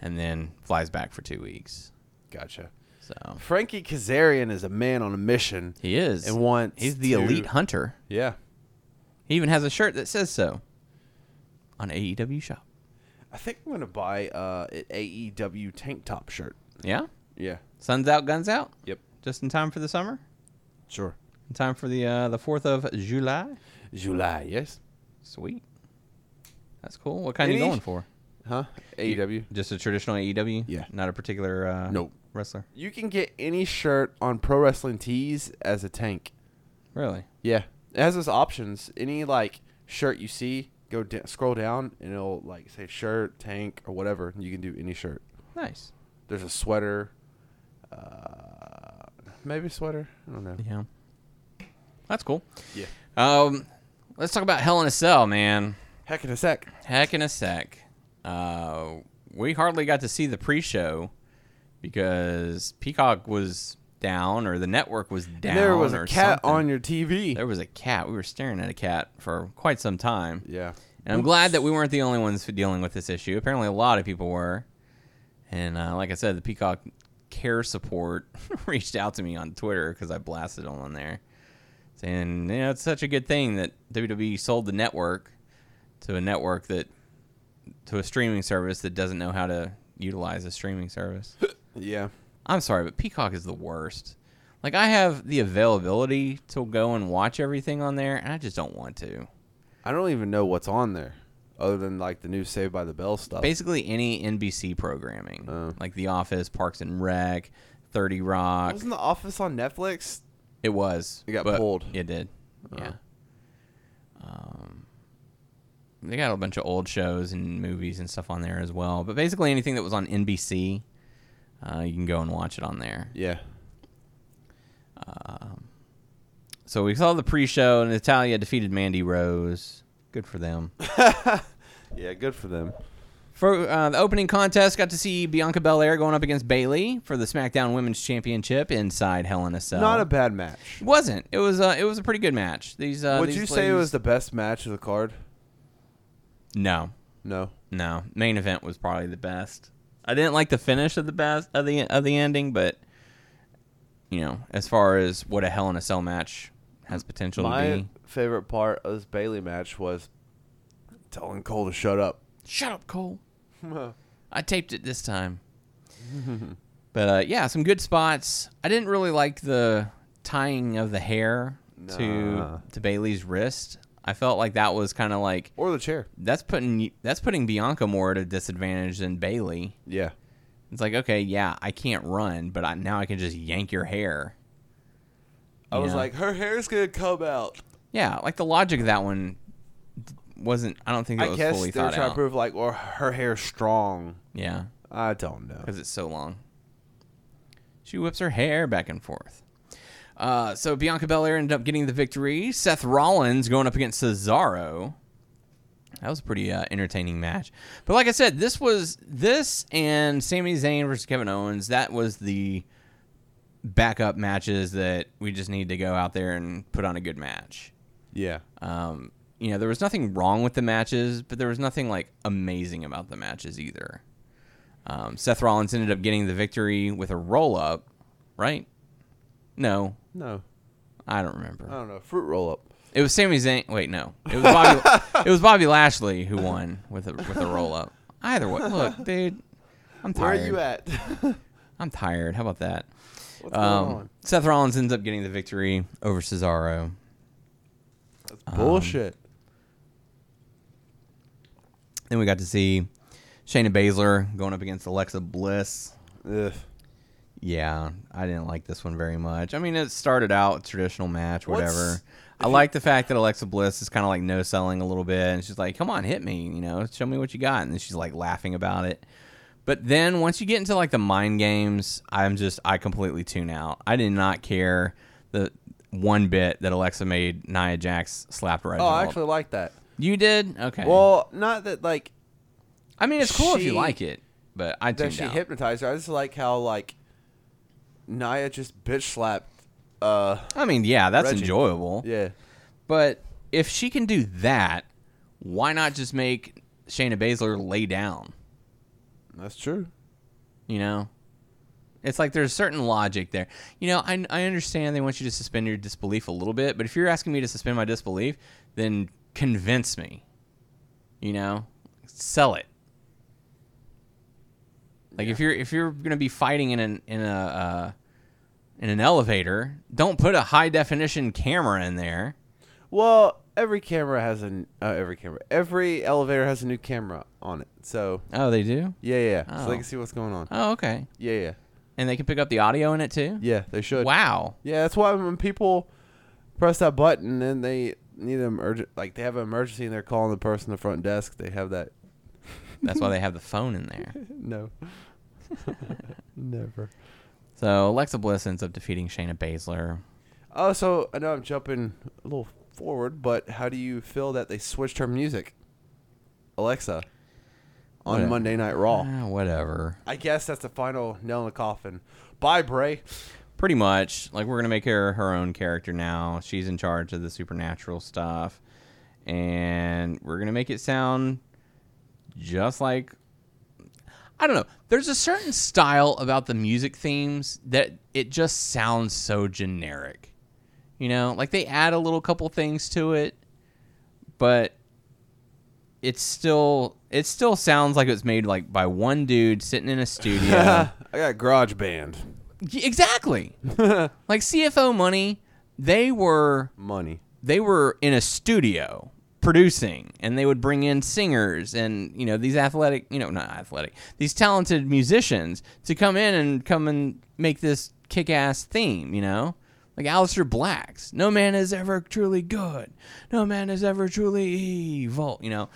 and then flies back for two weeks.
gotcha.
So,
Frankie Kazarian is a man on a mission.
he is.
And wants
He's the
to-
elite hunter.
Yeah,
He even has a shirt that says so on AEW Shop.
I think I'm gonna buy uh, an AEW tank top shirt.
Yeah?
Yeah.
Sun's out, guns out.
Yep.
Just in time for the summer.
Sure.
In time for the uh, the 4th of July.
July. Yes.
Sweet. That's cool. What kind are
Any-
you going for?
Huh? AEW.
Just a E traditional AEW?
Yeah.
Not a particular uh,
Nope.
wrestler?
You can get any shirt on Pro Wrestling Tees as a tank.
Really?
Yeah, it has those options. Any like shirt you see, go d- scroll down, and it'll like say shirt, tank, or whatever. and You can do any shirt.
Nice.
There's a sweater, uh, maybe a sweater. I don't know.
Yeah. That's cool.
Yeah.
Um, let's talk about Hell in a Cell, man.
Heck in a sec.
Heck in a sec. Uh, we hardly got to see the pre-show because Peacock was down or the network was down.
there was a
or
cat
something.
on your TV.
There was a cat. We were staring at a cat for quite some time.
yeah.
And I'm glad that we weren't the only ones dealing with this issue. Apparently, a lot of people were. And uh, like I said, the Peacock Care support reached out to me on Twitter because I blasted them on there, saying, "You know, it's such a good thing that WWE sold the network to a network that to a streaming service that doesn't know how to utilize a streaming service."
Yeah.
I'm sorry, but Peacock is the worst. Like I have the availability to go and watch everything on there, and I just don't want to.
I don't even know what's on there, other than like the new Saved by the Bell stuff.
basically any NBC programming,
Oh.
like The Office, Parks and Rec, Thirty Rock.
Wasn't the Office on Netflix?
It was.
It got
but
pulled.
It did. Yeah. Um, they got a bunch of old shows and movies and stuff on there as well. But basically anything that was on NBC, uh, you can go and watch it on there.
Yeah.
So we saw the pre-show. and Natalia defeated Mandy Rose. Good for them.
Yeah. Good for them.
For uh, the opening contest, got to see Bianca Belair going up against Bailey for the SmackDown Women's Championship inside Hell in a Cell.
Not a bad match.
It wasn't. It was. Uh, it was a pretty good match. These. Uh,
Would
these
you say it
ladies-
was the best match of the card?
No,
No.
no. Main event was probably the best. I didn't like the finish of the bas- of the of the ending, but you know, as far as what a Hell in a Cell match has potential to
My
be,
favorite part of this Bailey match was telling Cole to shut up.
shut up, Cole. I taped it this time. but uh, yeah, some good spots. I didn't really like the tying of the hair
Nah.
to to Bailey's wrist. I felt like that was kind of like
Or the chair.
that's putting that's putting Bianca more at a disadvantage than Bailey.
Yeah.
It's like, okay, yeah, I can't run, but I, now I can just yank your hair.
I was
Yeah.
like, her hair's gonna come out.
Yeah, like the logic of that one d- wasn't. I don't think it
I
was
guess
fully
they were
thought
trying
out.
to prove like, or her hair's strong.
yeah,
I don't know.
because it's so long. She whips her hair back and forth. Uh, so Bianca Belair ended up getting the victory. Seth Rollins going up against Cesaro. That was a pretty uh, entertaining match. But like I said, this was this and Sami Zayn versus Kevin Owens. That was the backup matches that we just need to go out there and put on a good match.
Yeah.
Um, you know, there was nothing wrong with the matches, but there was nothing like amazing about the matches either. Um, Seth Rollins ended up getting the victory with a roll up, right? No,
No.
I don't remember.
I don't know. Fruit roll up.
It was Sami Zayn. Wait, no, it was Bobby. it was Bobby Lashley who won with a with a roll up. Either way, look, dude, I'm
Where
tired.
are you at?
I'm tired. How about that?
What's going
Um,
on?
Seth Rollins ends up getting the victory over Cesaro.
That's
um,
bullshit.
Then we got to see Shayna Baszler going up against Alexa Bliss.
Ugh.
Yeah, I didn't like this one very much. I mean, it started out traditional match,
What's-
whatever.
if
I like the fact that Alexa Bliss is kind of like no selling a little bit, and she's like, "Come on, hit me, you know, show me what you got," and then she's like laughing about it. But then once you get into like the mind games, I'm just I completely tune out. I did not care the one bit that Alexa made Nia Jax slap
Oh,
Reginald.
I actually like that.
you did okay.
Well, not that like
I mean, it's cool if you
she-
like it, but I
that
tuned
she
out.
hypnotized her. I just like how like Naya just bitch slapped. Uh,
I mean, yeah, that's
Reggie.
enjoyable.
yeah.
But if she can do that, why not just make Shayna Baszler lay down?
That's true.
You know, it's like there's certain logic there. You know, I, I understand they want you to suspend your disbelief a little bit, but if you're asking me to suspend my disbelief, then convince me. You know, sell it. Like if you're if you're gonna be fighting in an in a uh, in an elevator, don't put a high definition camera in there.
Well, every camera has a n- uh, every camera. Every elevator has a new camera on it. So
Oh, they do.
yeah, yeah. So
Oh.
they can see what's going on.
Oh, okay.
Yeah, yeah,
And they can pick up the audio in it too?
yeah. They should.
Wow.
Yeah, that's why when people press that button and they need an emergent, like they have an emergency and they're calling the person at the front desk, they have that.
That's why they have the phone in there.
No. Never.
So Alexa Bliss ends up defeating Shayna Baszler.
Oh, so I know I'm jumping a little forward, but how do you feel that they switched her music, Alexa, on
What?
Monday Night Raw?
Ah, whatever.
I guess that's the final nail in the coffin. Bye, Bray.
Pretty much. Like we're gonna make her her own character now. She's in charge of the supernatural stuff. And we're gonna make it sound just like I don't know. There's a certain style about the music themes that it just sounds so generic. You know, like they add a little couple things to it, but it's still it still sounds like it was made like by one dude sitting in a studio.
I got Garage Band
Y- exactly. like CFO money, they were
money.
they were in a studio producing and they would bring in singers and you know these athletic you know not athletic these talented musicians to come in and come and make this kick-ass theme you know like Alistair Black's no man is ever truly good no man is ever truly evil you know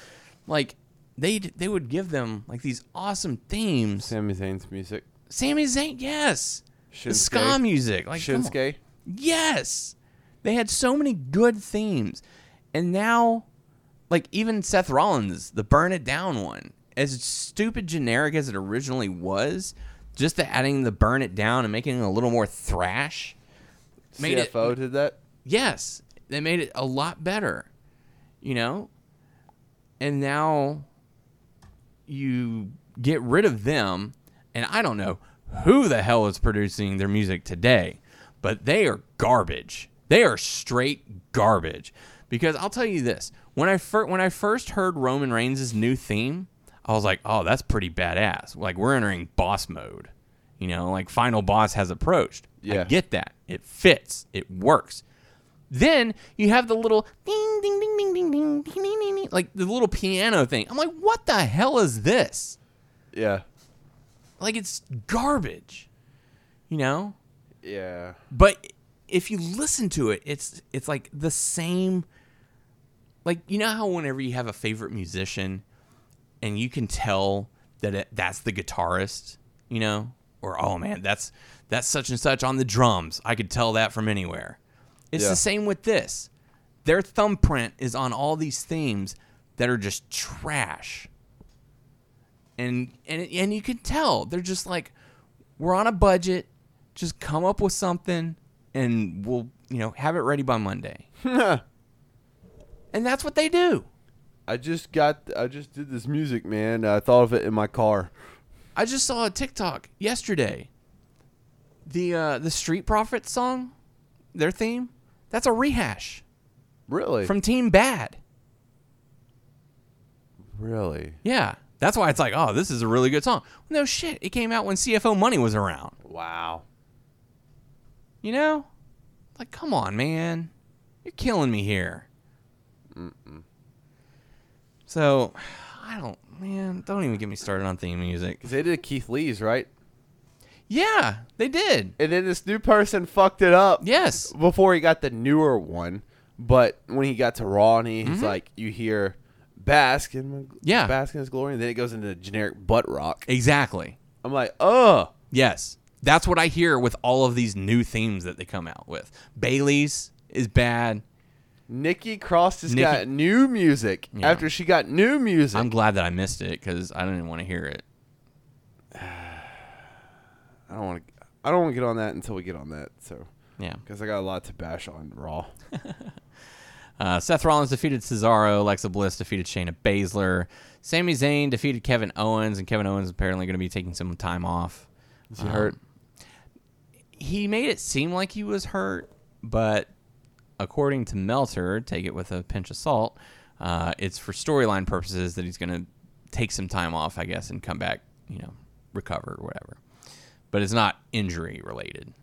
like they they would give them like these awesome themes
Sami Zayn's music.
Sami Zayn yes the
Shinsuke.
ska music like come on.
Shinsuke.
Yes. They had so many good themes. And now, like, even Seth Rollins, the Burn It Down one, as stupid generic as it originally was, just the adding the Burn It Down and making it a little more thrash. Made it-
CFO did that.
Yes. They made it a lot better, you know? And now you get rid of them, and I don't know who the hell is producing their music today, but they are garbage. They are straight garbage. Because I'll tell you this: when I fir- when I first heard Roman Reigns' new theme, I was like, "Oh, that's pretty badass!" Like we're entering boss mode. You know, like final boss has approached. I
Yeah.
get that. It fits. It works. Then you have the little ding ding ding ding ding ding ding ding ding, ding like the little piano thing. I'm like, what the hell is this?
Yeah.
Like it's garbage. You know?
Yeah.
But if you listen to it, it's it's like the same like you know how whenever you have a favorite musician and you can tell that it, that's the guitarist, you know, or oh man, that's that's such and such on the drums. I could tell that from anywhere. It's
Yeah.
the same with this. Their thumbprint is on all these themes that are just trash. And and and you can tell they're just like we're on a budget. Just come up with something and we'll, you know, have it ready by Monday. and that's what they do.
I just got. I just did this music, man. I thought of it in my car.
I just saw a TikTok yesterday. The uh, the Street Profits song, their theme, that's a rehash
Really?
from Team Bad.
really?
Yeah, that's why it's like, oh, this is a really good song. No shit, it came out when CFO Money was around.
Wow.
You know, like, come on, man, you're killing me here. So, I don't, man, don't even get me started on theme music.
They did Keith Lee's right,
Yeah, they did.
and then this new person fucked it up.
Yes,
Before he got the newer one, but when he got to Raw, and he's like, you hear bask in
Mm-hmm. Yeah.
bask in his glory, and then it goes into generic butt rock.
exactly.
I'm like, oh,
Yes. That's what I hear with all of these new themes that they come out with. Bailey's is bad.
Nikki Cross just
Nikki-
got new music
Yeah.
after she got new music.
I'm glad that I missed it because I didn't want to hear it.
I don't want to. I don't want to get on that until we get on that. So
Yeah.
because I got a lot to bash on Raw.
Uh, Seth Rollins defeated Cesaro. Alexa Bliss defeated Shayna Baszler. Sami Zayn defeated Kevin Owens, and Kevin Owens is apparently going to be taking some time off.
Is he hurt?
He made it seem like he was hurt, but according to Melter, take it with a pinch of salt. Uh, it's for storyline purposes that he's going to take some time off, I guess, and come back, you know, recover or whatever. But it's not injury related.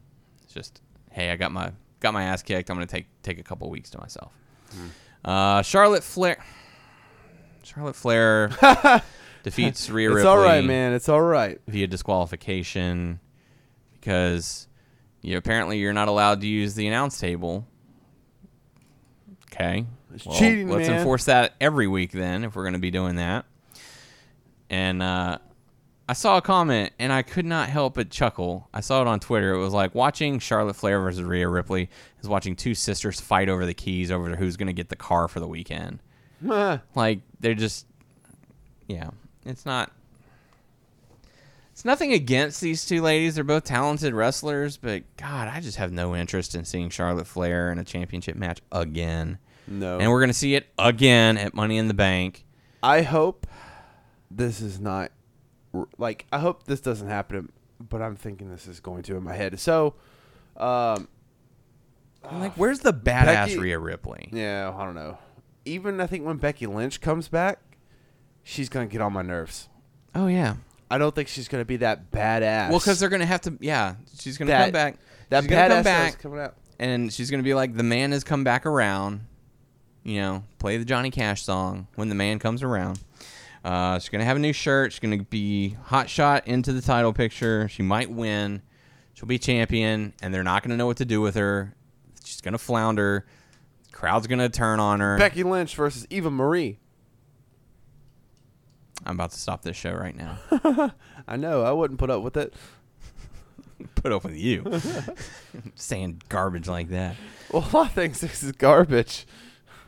It's just, hey, I got my got my ass kicked. I'm going to take take a couple weeks to myself.
Hmm.
Uh, Charlotte Flair. Charlotte Flair defeats Rhea
It's
Ripley
all right, man. It's all right.
via disqualification because you apparently you're not allowed to use the announce table. Okay.
It's cheating,
Let's
man.
enforce that every week then if we're going to be doing that. And uh, I saw a comment and I could not help but chuckle. I saw it on Twitter. It was like watching Charlotte Flair versus Rhea Ripley is watching two sisters fight over the keys over who's going to get the car for the weekend. like they're just yeah, it's not it's nothing against these two ladies. They're both talented wrestlers, but God, I just have no interest in seeing Charlotte Flair in a championship match again.
No.
And we're going to see it again at Money in the Bank.
I hope this is not r- like I hope this doesn't happen, but I'm thinking this is going to in my head. So, um,
I'm like, where's the badass
Becky-
Rhea Ripley?
yeah, I don't know. Even I think when Becky Lynch comes back, she's gonna get on my nerves.
Oh, yeah.
I don't think she's gonna be that badass.
Well, because they're going to have to, yeah, she's going to
That-
come back.
that badass
she's gonna come
that's
back,
coming out.
and she's going to be like, the man has come back around. You know, play the Johnny Cash song when the man comes around. Uh, she's going to have a new shirt. She's going to be hot shot into the title picture. She might win. She'll be champion, and they're not going to know what to do with her. She's going to flounder. Crowd's going to turn on her.
Becky Lynch versus Eva Marie.
I'm about to stop this show right now.
I know. I wouldn't put up with it.
Put up with you. Saying garbage like that.
Well, a lot of things this is garbage.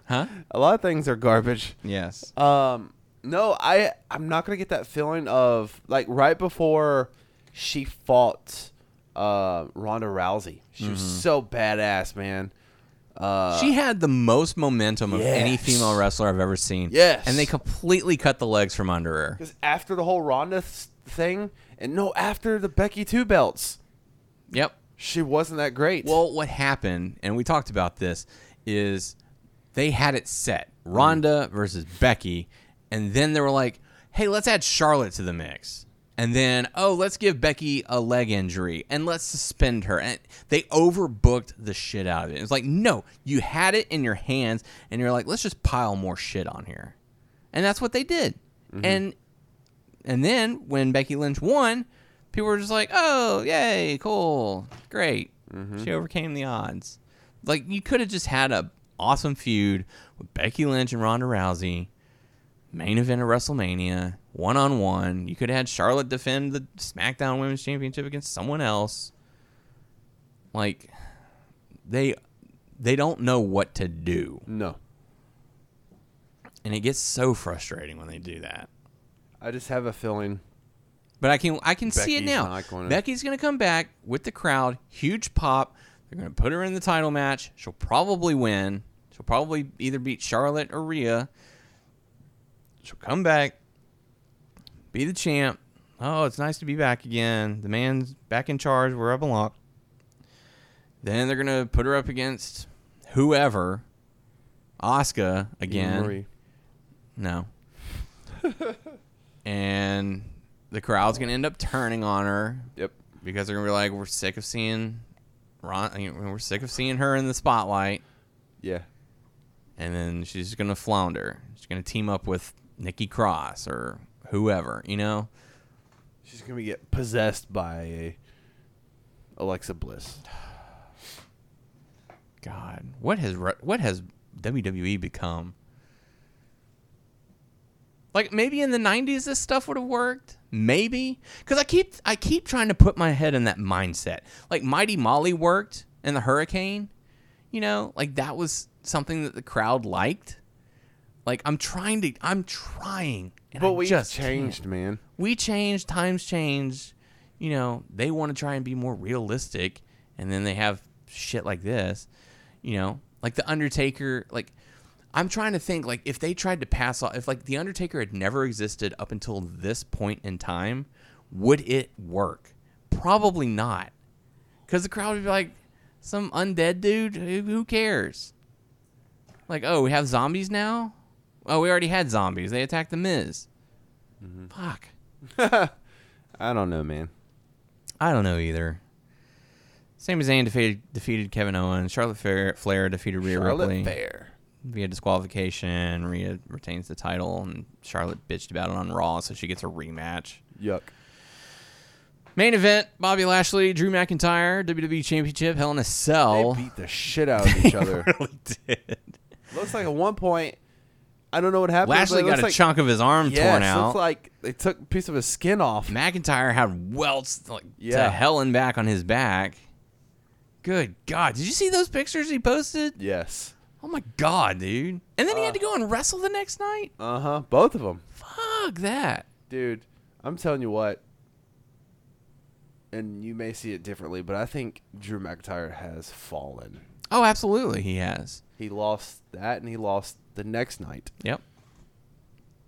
Huh?
A lot of things are garbage.
Yes.
Um, no, I I'm not gonna get that feeling of like right before she
Mm-hmm.
fought uh Ronda Rousey. She was so badass, man. Uh,
She had the most momentum of any
Yes.
female wrestler I've ever seen.
Yes.
And they completely cut the legs from under her.
Because after the whole Ronda s- thing, and no, after the Becky two belts,
Yep.
she wasn't that great.
Well, what happened, and we talked about this, is they had it set Ronda versus Becky, and then they were like, hey, let's add Charlotte to the mix. And then, oh, let's give Becky a leg injury and let's suspend her. And they overbooked the shit out of it. It's like, no, you had it in your hands, and you're like, let's just pile more shit on here. And that's what they did. And and then when Becky Lynch won, people were just like, "Oh, yay, cool, great." She overcame the odds. Like you could have just had a awesome feud with Becky Lynch and Ronda Rousey, main event of WrestleMania, one on one. You could have had Charlotte defend the SmackDown Women's Championship against someone else. Like they they don't know what to do,
no,
and it gets so frustrating when they do that.
I just have a feeling.
But I can I can see it
Becky's
now.
not gonna-
Becky's gonna come back with the crowd, huge pop. They're gonna put her in the title match. She'll probably win. She'll probably either beat Charlotte or Rhea. She'll come back, be the champ. Oh, it's nice to be back again. The man's back in charge where I belong. Then they're gonna put her up against whoever, Oscar again.
Marie.
No. and the crowd's gonna end up turning on her
Yep.
because they're gonna be like, "We're sick of seeing Ron. I mean, We're sick of seeing her in the spotlight."
Yeah.
And then she's gonna flounder. She's gonna team up with Nikki Cross or whoever, you know.
She's gonna get possessed by Alexa Bliss.
God, what has re- what has WWE become? Like maybe in the '90s, this stuff would have worked. Maybe because I keep I keep trying to put my head in that mindset. Like Mighty Molly worked in the Hurricane, you know, like that was something that the crowd liked. Like I'm trying to, I'm trying, and
But
I
we
just
changed,
can't
man.
we change, times change. You know, they want to try and be more realistic, and then they have shit like this. You know, like the Undertaker. Like, I'm trying to think. Like, if they tried to pass off, if like the Undertaker had never existed up until this point in time, would it work? Probably not, because the crowd would be like, some undead dude. Who, who cares? Like, oh, we have zombies now. Oh, we already had zombies. They attacked the Miz. Fuck.
I don't know, man.
I don't know either. Sami Zayn defeated, defeated Kevin Owens. Charlotte Flair, Flair defeated Rhea Ripley
Charlotte Fair.
via disqualification. Rhea retains the title, and Charlotte bitched about it on Raw, so she gets a rematch.
Yuck.
Main event: Bobby Lashley, Drew McIntyre, WWE Championship, Hell in a Cell.
They beat the shit out of each other.
really did.
looks like at one point, I don't know what happened.
Lashley
but it
got
looks
a
like,
chunk of his arm
yes,
torn out.
looks like they took a piece of his skin off.
McIntyre had welts like to
Yeah.
hell and back on his back. Good God! Did you see those pictures he posted?
Yes.
Oh my god, dude. And then he had to go and wrestle the next night?
Uh huh. Both of them.
Fuck that.
dude i'm telling you what and you may see it differently but i think drew mcintyre has fallen
Oh, absolutely he has.
he lost that and he lost the next night
Yep.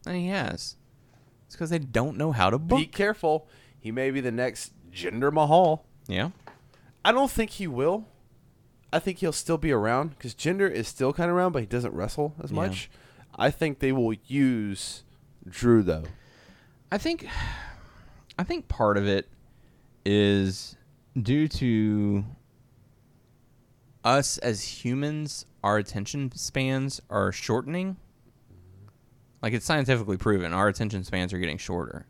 And he has. It's because they don't know how to
be
book.
careful he may be the next jinder mahal
Yeah.
i don't think he will i think he'll still be around because jinder is still kind of around but he doesn't wrestle as
Yeah.
much i think they will use drew though
I think I think part of it is due to us as humans, our attention spans are shortening. Like it's scientifically proven, our attention spans are getting shorter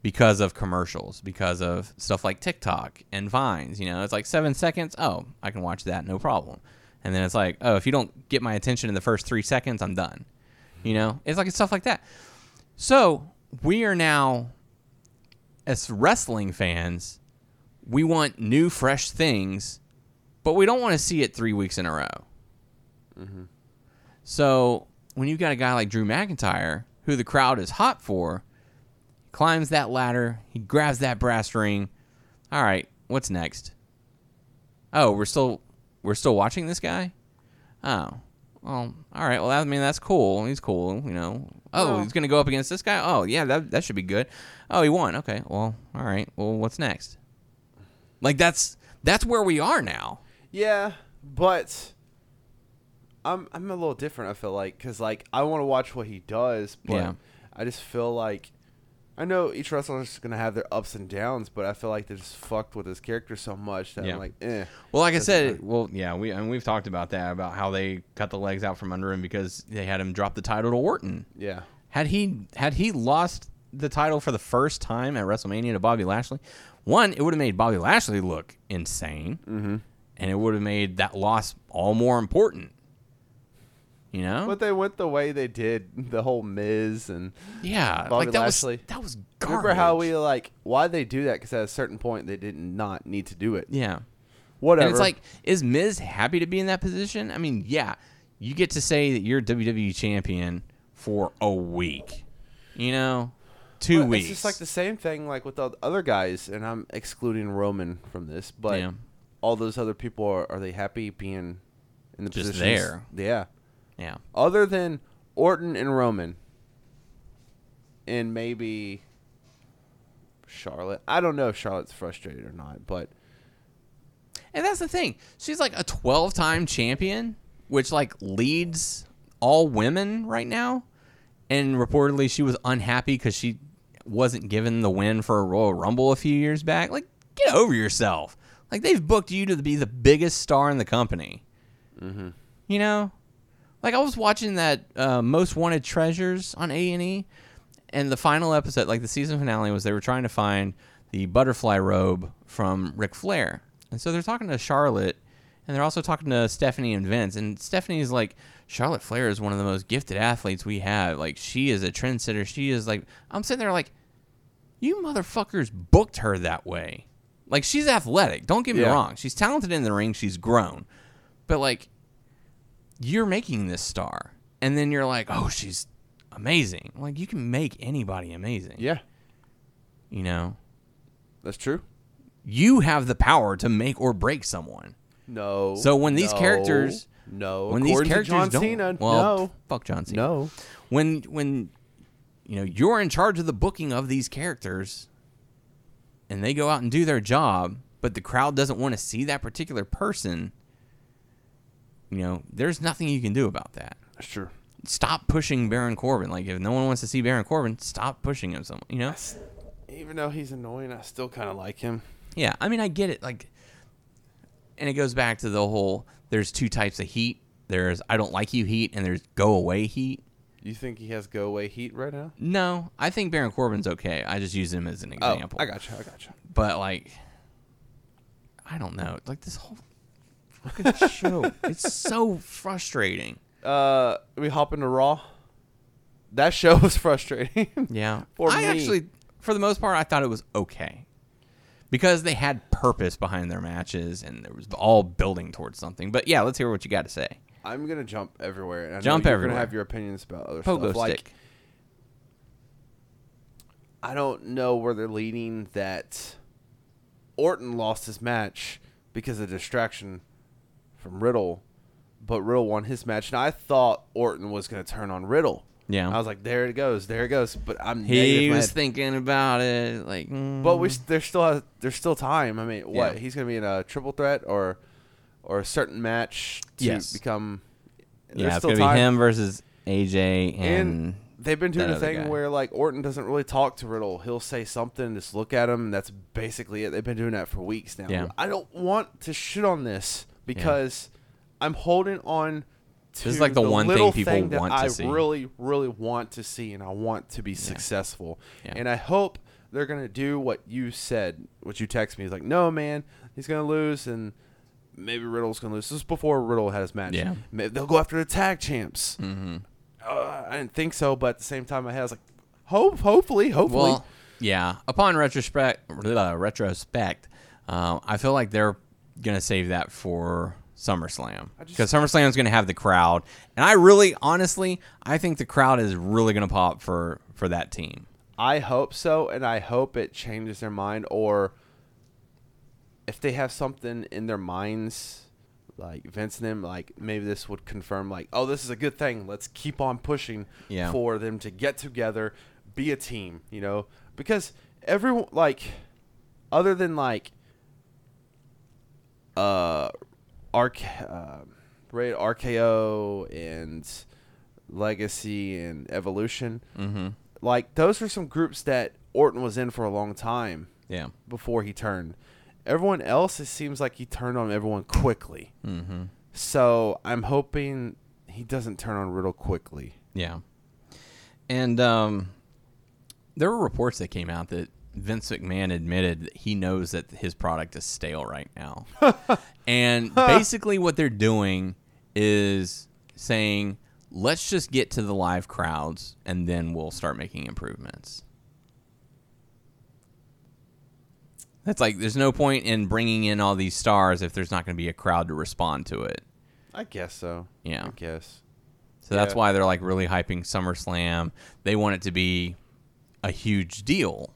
because of commercials, because of stuff like TikTok and Vines. You know, it's like seven seconds. Oh, I can watch that, no problem. And then it's like, oh, if you don't get my attention in the first three seconds, I'm done. You know, it's like it's stuff like that. So we are now, as wrestling fans, we want new, fresh things, but we don't want to see it three weeks in a row. So when you've got a guy like Drew McIntyre, who the crowd is hot for, climbs that ladder, he grabs that brass ring. All right, what's next? Oh, we're still we're still watching this guy. Oh. Well, all right. Well, I mean, that's cool. He's cool, you know. Oh, he's going to go up against this guy? Oh, yeah, that, that should be good. Oh, he won. Okay. Well, all right. Well, what's next? Like, that's that's where we are now.
Yeah, but I'm I'm a little different. I feel like because like I want to watch what he does, but
Yeah.
I just feel like I know each wrestler's gonna have their ups and downs, but I feel like they're just fucked with his character so much that
Yeah.
I'm like, eh.
Well, like I
Doesn't
said, well, yeah, we and we've talked about that about how they cut the legs out from under him because they had him drop the title to Orton.
Yeah,
Had he had he lost the title for the first time at WrestleMania to Bobby Lashley, one, it would have made Bobby Lashley look insane, mm-hmm. and it would have made that loss all more important. You know,
but they went the way they did the whole Miz and
yeah,
Bobby
like that
Lashley.
was that was garbage.
remember how we like why they do that because at a certain point they did not need to do it.
yeah.
Whatever.
And it's like, is Miz happy to be in that position? I mean, yeah, you get to say that you're WWE champion for a week, you know, two
But
weeks.
It's just like the same thing like with all the other guys, and I'm excluding Roman from this, but
Yeah.
all those other people are, are they happy being in the
Just
positions? Yeah.
yeah,
Other than Orton and Roman, and maybe Charlotte. I don't know if Charlotte's frustrated or not, but
and that's the thing. She's like a 12-time champion, which like leads all women right now, and reportedly she was unhappy because she wasn't given the win for a Royal Rumble a few years back. Like, get over yourself. Like they've booked you to be the biggest star in the company. You know, like I was watching that uh, Most Wanted Treasures on A and E, and the final episode, like the season finale, was they were trying to find the butterfly robe from Ric Flair, and so they're talking to Charlotte, and they're also talking to Stephanie and Vince, and Stephanie's like, Charlotte Flair is one of the most gifted athletes we have. Like she is a trendsetter. She is like, I'm sitting there like, you motherfuckers booked her that way. Like she's athletic. Don't get me
Yeah.
wrong. She's talented in the ring. She's grown, but like you're making this star and then you're like oh she's amazing like you can make anybody amazing
yeah,
you know
that's true.
you have the power to make or break someone
No.
So when these
no,
characters-
no,
when these
according to
characters
John
don't
Cena,
well
no,
f- fuck John Cena
no,
when when you know you're in charge of the booking of these characters and they go out and do their job but the crowd doesn't want to see that particular person you know there's nothing you can do about that
that's true.
stop pushing Baron Corbin. Like if no one wants to see Baron Corbin, stop pushing him. Some, you know?
Even though he's annoying, I still kind of like him.
Yeah, I mean I get it. Like, and it goes back to the whole. There's two types of heat. There's I don't like you heat, and there's go away heat.
You think he has go away heat right now?
No, I think Baron Corbin's okay. I just use him as an example.
Oh, I got you. I got you.
But like, I don't know. Like this whole fucking show, it's so frustrating.
Uh, we hop into Raw. That show was frustrating.
Yeah.
For
I
me.
actually, for the most part, I thought it was okay because they had purpose behind their matches and it was all building towards something. But yeah, let's hear what you got to say.
I'm gonna jump everywhere. And I know
Jump
you're
everywhere.
Gonna have your opinions about other
Pogo
stuff. Like
stick.
I don't know where they're leading that. Orton lost his match because of distraction from Riddle, but Riddle won his match, and I thought Orton was gonna turn on Riddle.
Yeah.
I was like, there it goes, there it goes. But I'm
He
negative
was
mad. mm, like Vince and them,
uh,
like maybe this would confirm, like, oh, this is a good thing. Let's keep on pushing
Yeah.
for them to get together, be a team, you know, because everyone, like, other than like, uh, RK, uh, Raid RKO and Legacy and Evolution, mm-hmm. like those are some groups that Orton was in for a long time
Yeah.
before he turned. Everyone else, it seems like he turned on everyone quickly. Mm-hmm. So I'm hoping he doesn't turn on Riddle quickly.
Yeah. And um, there were reports that came out that Vince McMahon admitted that he knows that his product is stale right now. and basically, what they're doing is saying, let's just get to the live crowds and then we'll start making improvements. That's like, there's no point in bringing in all these stars if there's not going to be a crowd to respond to it.
I guess so.
Yeah.
I guess.
So that's
Yeah.
why they're like really hyping SummerSlam. They want it to be a huge deal.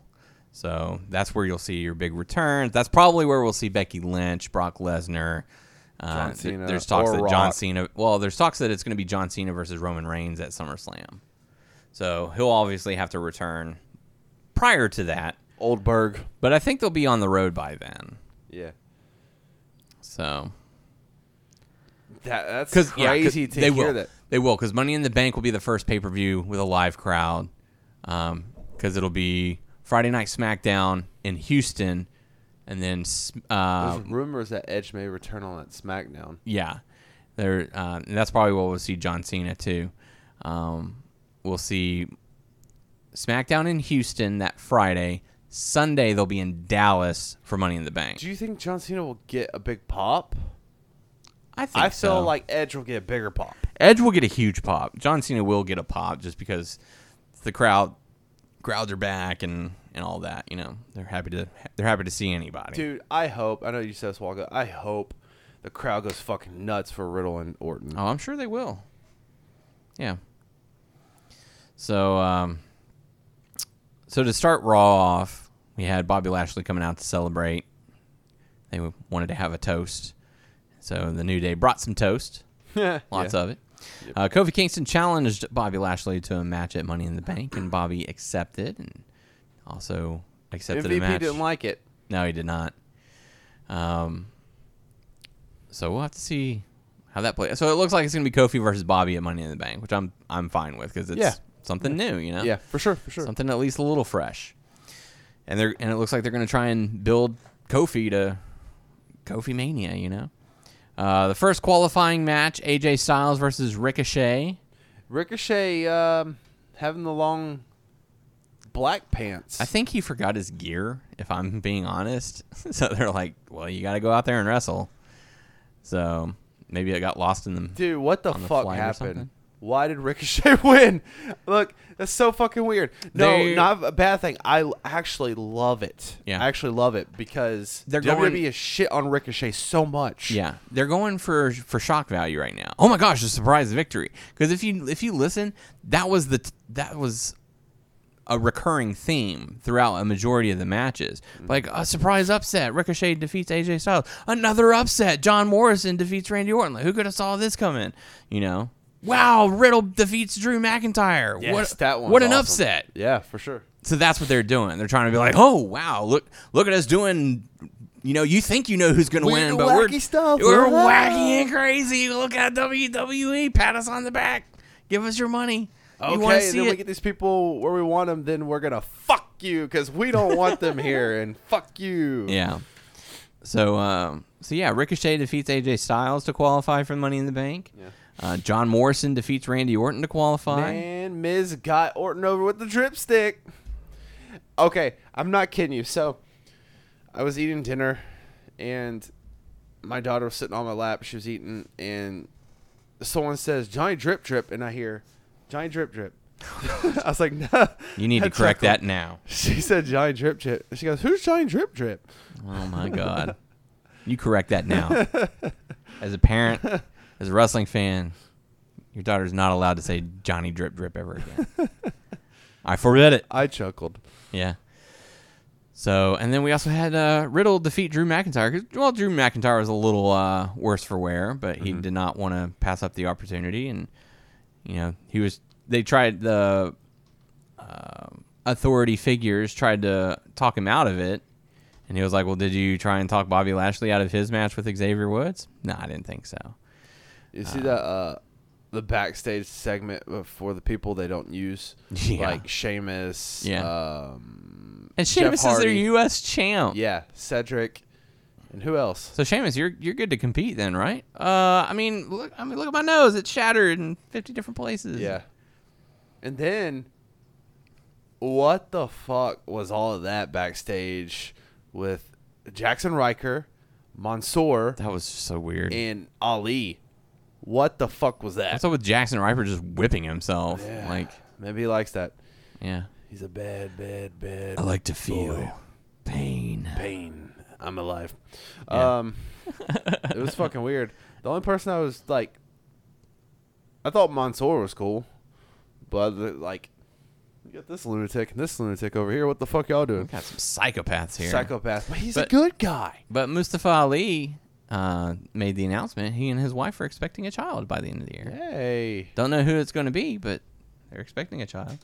So that's where you'll see your big returns. That's probably where we'll see Becky Lynch, Brock Lesnar. Uh,
John
th-
Cena
there's talks
or
that
Rock.
John Cena. Well, there's talks that it's going to be John Cena versus Roman Reigns at SummerSlam. So he'll obviously have to return prior to that.
Oldberg.
But I think they'll be on the road by then.
Yeah.
So
That, that's
because
crazy to
they
hear
will.
that.
They will because Money in the Bank will be the first pay per view with a live crowd, because it'll be Friday Night SmackDown in Houston, and then s- uh,
There's rumors that Edge may return on that SmackDown.
yeah, there. Uh, and that's probably what we'll see John Cena too. Um, we'll see SmackDown in Houston that Friday. Sunday they'll be in Dallas for Money in the Bank.
Do you think John Cena will get a big pop?
I think
I feel
so.
like Edge will get a bigger pop.
Edge will get a huge pop. John Cena will get a pop just because the crowd crowds are back and and all that. You know, they're happy to they're happy to see anybody.
Dude, I hope. I know you said this, Walker. I hope the crowd goes fucking nuts for Riddle and Orton.
Oh, I'm sure they will. Yeah. So um so to start Raw off, we had Bobby Lashley coming out to celebrate. They wanted to have a toast. So the New Day brought some toast. Lots of it. Uh, Kofi Kingston challenged Bobby Lashley to a match at Money in the Bank, and Bobby accepted and also accepted a
MVP
match.
didn't like it.
no, he did not. Um, so we'll have to see how that plays. So it looks like it's going to be Kofi versus Bobby at Money in the Bank, which I'm I'm fine with because it's
Yeah.
something new, you know.
Yeah, for sure, for sure.
Something at least a little fresh. And they're and it looks like they're going to try and build Kofi to Kofi Mania, you know. Uh, the first qualifying match: AJ Styles versus Ricochet.
Ricochet um, having the long black pants.
I think he forgot his gear, if I'm being honest. so they're like, "Well, you got to go out there and wrestle." So maybe it got lost in them.
Dude, what the
on the
fuck
flight or
happened?
something.
Why did Ricochet win? Look, that's so fucking weird. No,
They-
not a bad thing. I l- actually love it.
Yeah.
I actually love it because
They're
WWE
going-
is shit on Ricochet so much.
Yeah, they're going for for shock value right now. Oh my gosh, a surprise victory! Because if you if you listen, that was the t- that was a recurring theme throughout a majority of the matches.
Mm-hmm.
Like a surprise upset, Ricochet defeats AJ Styles. Another upset, John Morrison defeats Randy Orton. Like who could have saw this coming? You know. Wow, Riddle defeats Drew McIntyre.
Yes,
what
that one's
what an
awesome.
upset!
Yeah, for sure.
So that's what they're doing. They're trying to be like, oh wow, look look at us doing. You know, you think you know who's going to
Weird,
win, but we're
wacky stuff.
We're
Wow.
wacky and crazy. Look at WWE. Pat us on the back. Give us your money. you want to
Okay,
see
then
it?
we get these people where we want them, then we're gonna fuck you because we don't want them here, and fuck you.
Yeah. So um, so yeah, Ricochet defeats AJ Styles to qualify for Money in the Bank. Yeah. Uh, John Morrison defeats Randy Orton to qualify.
And Miz got Orton over with the dripstick. Okay, I'm not kidding you. So, I was eating dinner, and my daughter was sitting on my lap. She was eating, and someone says Johnny Drip Drip, and I hear Johnny Drip Drip. I was like, no.
You need to
That's
correct
not
that now.
cool. She said Johnny Drip Drip. She goes, who's Johnny Drip Drip?
Oh my god. You correct that now. As a parent, as a wrestling fan, your daughter's not allowed to say Johnny Drip Drip ever again. I forbid it.
I chuckled.
Yeah. So, and then we also had uh, Riddle defeat Drew McIntyre. 'cause- well, Drew McIntyre was a little uh, worse for wear, but
Mm-hmm.
he did not want to pass up the opportunity, and you know he was. They tried the uh, authority figures tried to talk him out of it, and he was like, "Well, did you try and talk Bobby Lashley out of his match with Xavier Woods?" No, I didn't think so.
You see that uh, the backstage segment for the people they don't use,
Yeah.
like Sheamus.
Yeah.
Um,
And
Jeff
Sheamus is their
Hardy.
U.S. champ.
yeah, Cedric, and who else?
So Seamus, you're you're good to compete then, right? Uh, I mean, look, I mean, look at my nose; it's shattered in fifty different places.
Yeah. And then, what the fuck was all of that backstage with Jackson Riker, Mansoor,
that was just so weird.
and Ali? What the fuck was that?
What's up with Jackson Riper just whipping himself?
Yeah.
Like,
Maybe he likes that.
yeah.
He's a bad, bad, bad.
like to feel pain.
pain. I'm alive.
Yeah.
Um, it was fucking weird. The only person I was like, I thought Mansoor was cool, but the- like, you got this lunatic and this lunatic over here. What the fuck y'all doing?
Got some psychopaths here.
Psychopath. But he's
But-
a good guy.
But Mustafa Ali uh, made the announcement. He and his wife are expecting a child by the end of the year.
Hey,
Don't know who it's going to be, but they're expecting a child.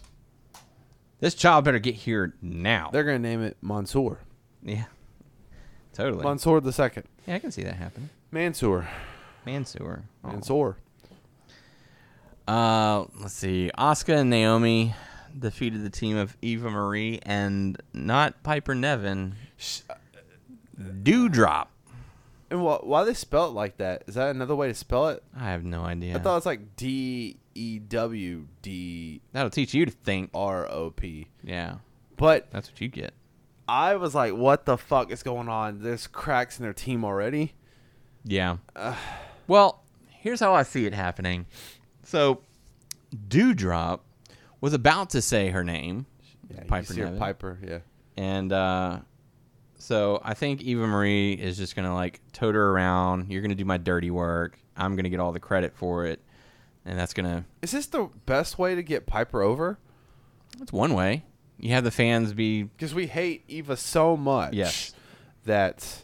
This child better get here now.
they're gonna name it Mansoor.
yeah. Totally.
Mansoor the second.
yeah, I can see that happening.
Mansoor.
Mansoor. Oh.
Mansoor.
Uh, let's see. Asuka and Naomi defeated the team of Eva Marie and not Piper Nevin. uh, Dewdrop.
And wh- why they spell it like that? Is that another way to spell it?
I have no idea.
I thought it's like D E W D
That'll teach you to think.
R O P.
Yeah,
But
that's what you get.
I was like, what the fuck is going on? There's cracks in their team already.
Yeah. well, here's how I see it happening. So, Dewdrop was about to say her name,
Yeah,
Piper
you see her
Nevin.
Piper, yeah.
and uh, so I think Eva Marie is just gonna like tote her around. You're gonna do my dirty work. I'm gonna get all the credit for it, and that's gonna
Is this the best way to get Piper over?
that's one way. You have the fans be
Because we hate Eva so much
Yes.
that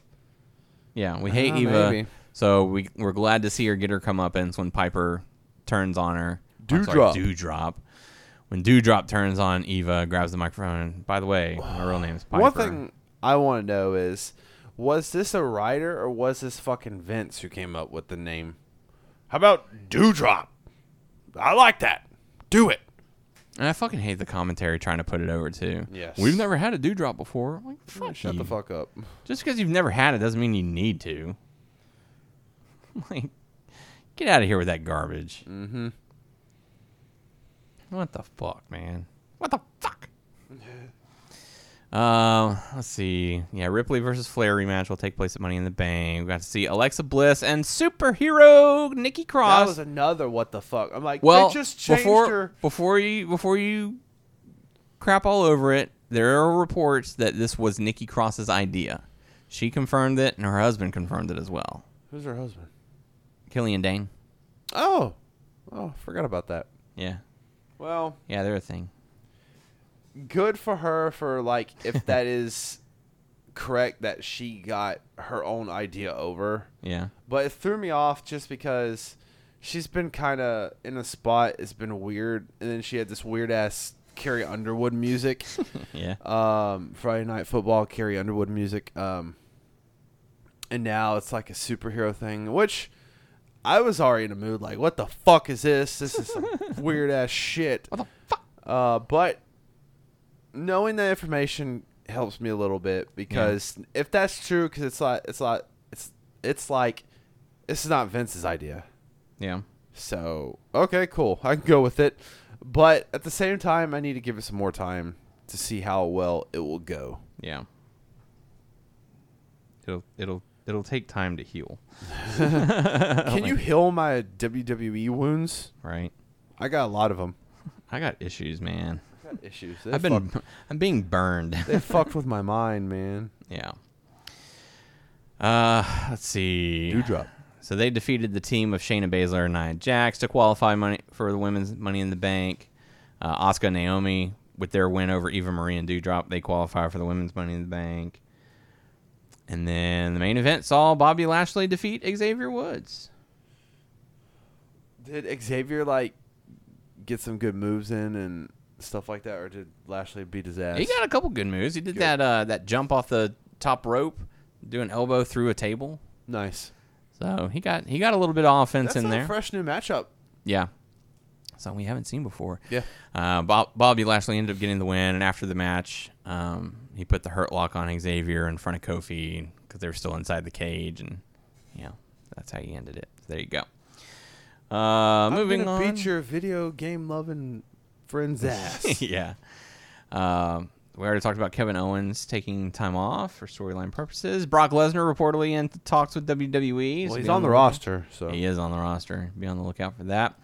Yeah, we hate
Ah,
Eva.
maybe.
So we we're glad to see her get her comeuppance when Piper turns on her. I'm sorry,
Dewdrop.
Dewdrop. When Dewdrop turns on Eva, grabs the microphone. and, By the way, my real name is Piper.
one thing I want to know is was this a writer or was this fucking Vince who came up with the name? How about Dewdrop? I like that. Do it.
And I fucking hate the commentary trying to put it over too.
Yes.
We've never had a Dewdrop before. I'm like, fuck
Shut
you.
the fuck up.
Just because you've never had it doesn't mean you need to. like, get out of here with that garbage. Mm-hmm. What the fuck, man? What the fuck? uh, let's see. Yeah, Ripley versus Flair rematch will take place at Money in the Bank. We got to see Alexa Bliss and superhero Nikki
That
Cross.
was another what the fuck. I'm like,
well,
they just changed
before
her.
before you before you crap all over it, there are reports that this was Nikki Cross's idea. She confirmed it, and her husband confirmed it as well.
Who's her husband?
Killian Dane.
Oh. Oh, forgot about that.
Yeah,
Well,
yeah, they're a thing.
good for her for like if that is correct that she got her own idea over.
Yeah,
But it threw me off just because she's been kind of in a spot. It's been weird, and then she had this weird ass Carrie Underwood music,
yeah,
um, Friday Night Football Carrie Underwood music, um, and now it's like a superhero thing, which. I was already in a mood like, what the fuck is this? This is some weird ass shit. What the fuck? Uh, but knowing that information helps me a little bit because if that's true, because it's like it's like it's it's like this is not Vince's idea.
yeah.
So okay, cool, I can go with it. But at the same time, I need to give it some more time to see how well it will go.
Yeah. It'll it'll it'll take time to heal,
Can you heal Oh my WWE wounds?
right?
I got a lot of them.
I got issues, man.
Issues. They
I've been
fucked-
I'm being burned.
they fucked with my mind, man.
yeah. Uh, let's see.
Dewdrop.
So they defeated the team of Shayna Baszler and Nia Jax to qualify money for the women's Money in the Bank. Uh, Asuka and Naomi with their win over Eva Marie and Dewdrop, they qualify for the women's Money in the Bank. And then the main event saw Bobby Lashley defeat Xavier Woods.
Did Xavier like get some good moves in and stuff like that, or did Lashley beat his ass?
He got a couple good moves. He did
Good.
that uh, that jump off the top rope, do an elbow through a table.
nice.
So he got he got a little bit of offense
That's
in
a
there.
fresh new matchup.
Yeah. Something we haven't seen before.
Yeah.
Uh, Bob, Bobby Lashley ended up getting the win, and after the match, um, he put the hurt lock on Xavier in front of Kofi because they were still inside the cage, and you know that's how he ended it. So there you go. Uh, moving
I'm gonna
on.
beat your video game loving friend's ass.
yeah. Um, we already talked about Kevin Owens taking time off for storyline purposes. Brock Lesnar reportedly in talks with E. WWE.
well,
so
he's
be
on the roster, so
He is on the roster. Be on the lookout for that.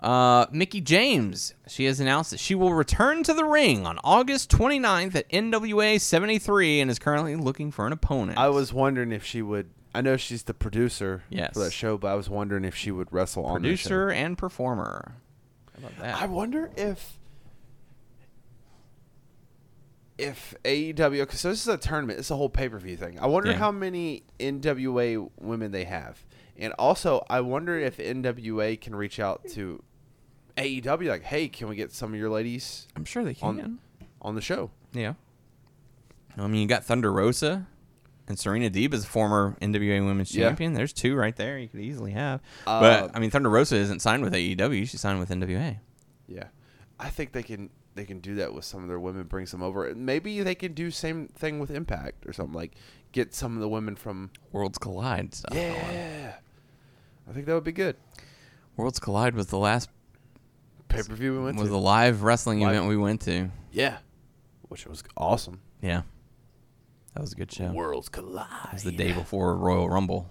Uh, Mickey James, she has announced that she will return to the ring on August 29th at NWA 73 and is currently looking for an opponent.
I was wondering if she would. I know she's the producer
Yes.
for that show, but I was wondering if she would wrestle on the show.
producer and performer. How about that?
I wonder if if AEW because this is a tournament, it's a whole pay per view thing. I wonder
Yeah.
how many NWA women they have, and also I wonder if NWA can reach out to AEW like, hey, can we get some of your ladies
I'm sure they
on
can.
on the show?
Yeah. I mean, you got Thunder Rosa and Serena Deeb is a former NWA Women's
Yeah.
Champion. There's two right there you could easily have.
Uh,
but I mean, Thunder Rosa isn't signed with AEW; she's signed with NWA.
Yeah, I think they can they can do that with some of their women, bring some over, and maybe they can do same thing with Impact or something like get some of the women from.
Worlds Collide stuff. going.
Yeah, I think that would be good.
Worlds Collide was the last
Pay per view we went
was
to.
the live wrestling
Live.
event we went to.
Yeah. Which was awesome.
Yeah, that was a good show.
Worlds
It
collide.
was the day before Royal Rumble.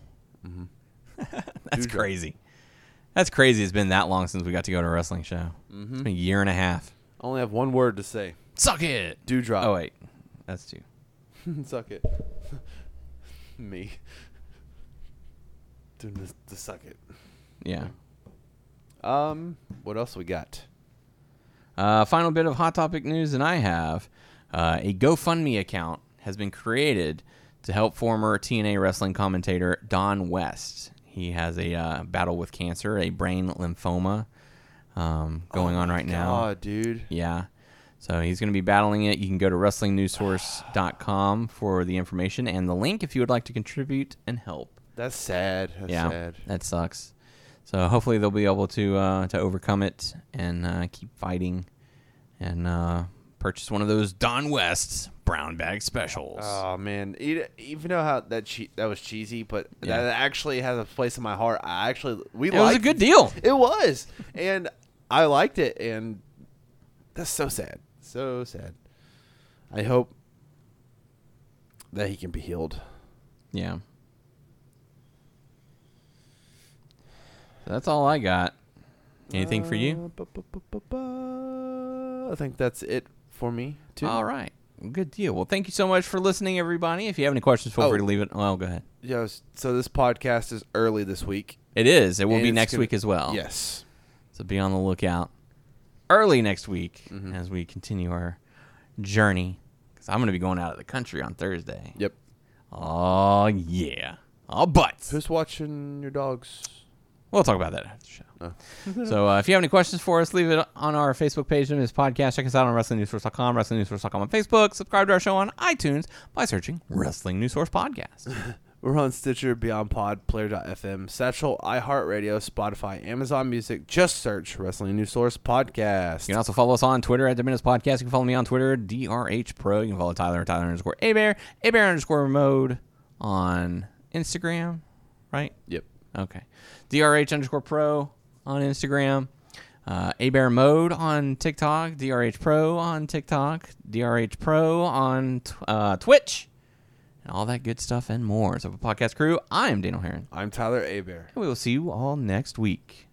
That's
Dude,
crazy. That's crazy. It's been that long since we got to go to a wrestling show. It's been a year and a half.
I only have one word to say.
Suck it.
Dewdrop.
Oh wait, that's two.
suck it. Me. Doing this to suck it.
Yeah.
Um, what else we got?
Uh, final bit of hot topic news that I have: uh, a GoFundMe account has been created to help former TNA wrestling commentator Don West. He has a uh, battle with cancer, a brain lymphoma, um, going on right
Aw,
now.
dude.
Yeah. So he's going to be battling it. You can go to wrestlingnewsource.com for the information and the link if you would like to contribute and help.
That's sad. That's
yeah,
sad.
that sucks. So hopefully they'll be able to uh, to overcome it and uh, keep fighting and uh, purchase one of those Don West brown bag specials.
Oh man, E- even though how that che- that was cheesy, but
Yeah.
that actually has a place in my heart. I actually we
it was a
liked-
good deal.
It was, and I liked it, and that's so sad. So sad. I hope that he can be healed.
Yeah. So that's all I got. Anything for
Uh,
you?
I think that's it for me too.
All right. Good deal. Well, thank you so much for listening, everybody. If you have any questions, feel
Oh.
free to leave it. Well, go ahead.
Yeah. So this podcast is early this week.
It is. It will
and
be
it's
next
gonna-
week as well.
Yes.
So be on the lookout early next week as we continue our journey. Because I'm going to be going out of the country on Thursday.
Yep.
Oh, yeah. Oh, butts.
Who's watching your dogs?
We'll talk about that after the show. so uh, if you have any questions for us, leave it on our Facebook page, this podcast. Check us out on WrestlingNewsSource.com, WrestlingNewsSource.com on Facebook. Subscribe to our show on iTunes by searching Wrestling News Source Podcast.
We're on Stitcher, Beyond Pod, Player.fm, Satchel, iHeartRadio, Spotify, Amazon Music. Just search Wrestling News Source Podcast.
You can also follow us on Twitter at Dominus Podcast. You can follow me on Twitter, DRH Pro. You can follow Tyler, Tyler underscore A Bear, A Bear underscore Mode on Instagram, right?
Yep.
Okay. DRH underscore Pro on Instagram, uh, A Bear Mode on TikTok, DRH Pro on TikTok, DRH Pro on tw- uh, Twitch, and all that good stuff and more. So, for Podcast Crew, I'm Daniel Heron,
I'm Tyler Abear.
and we will see you all next week.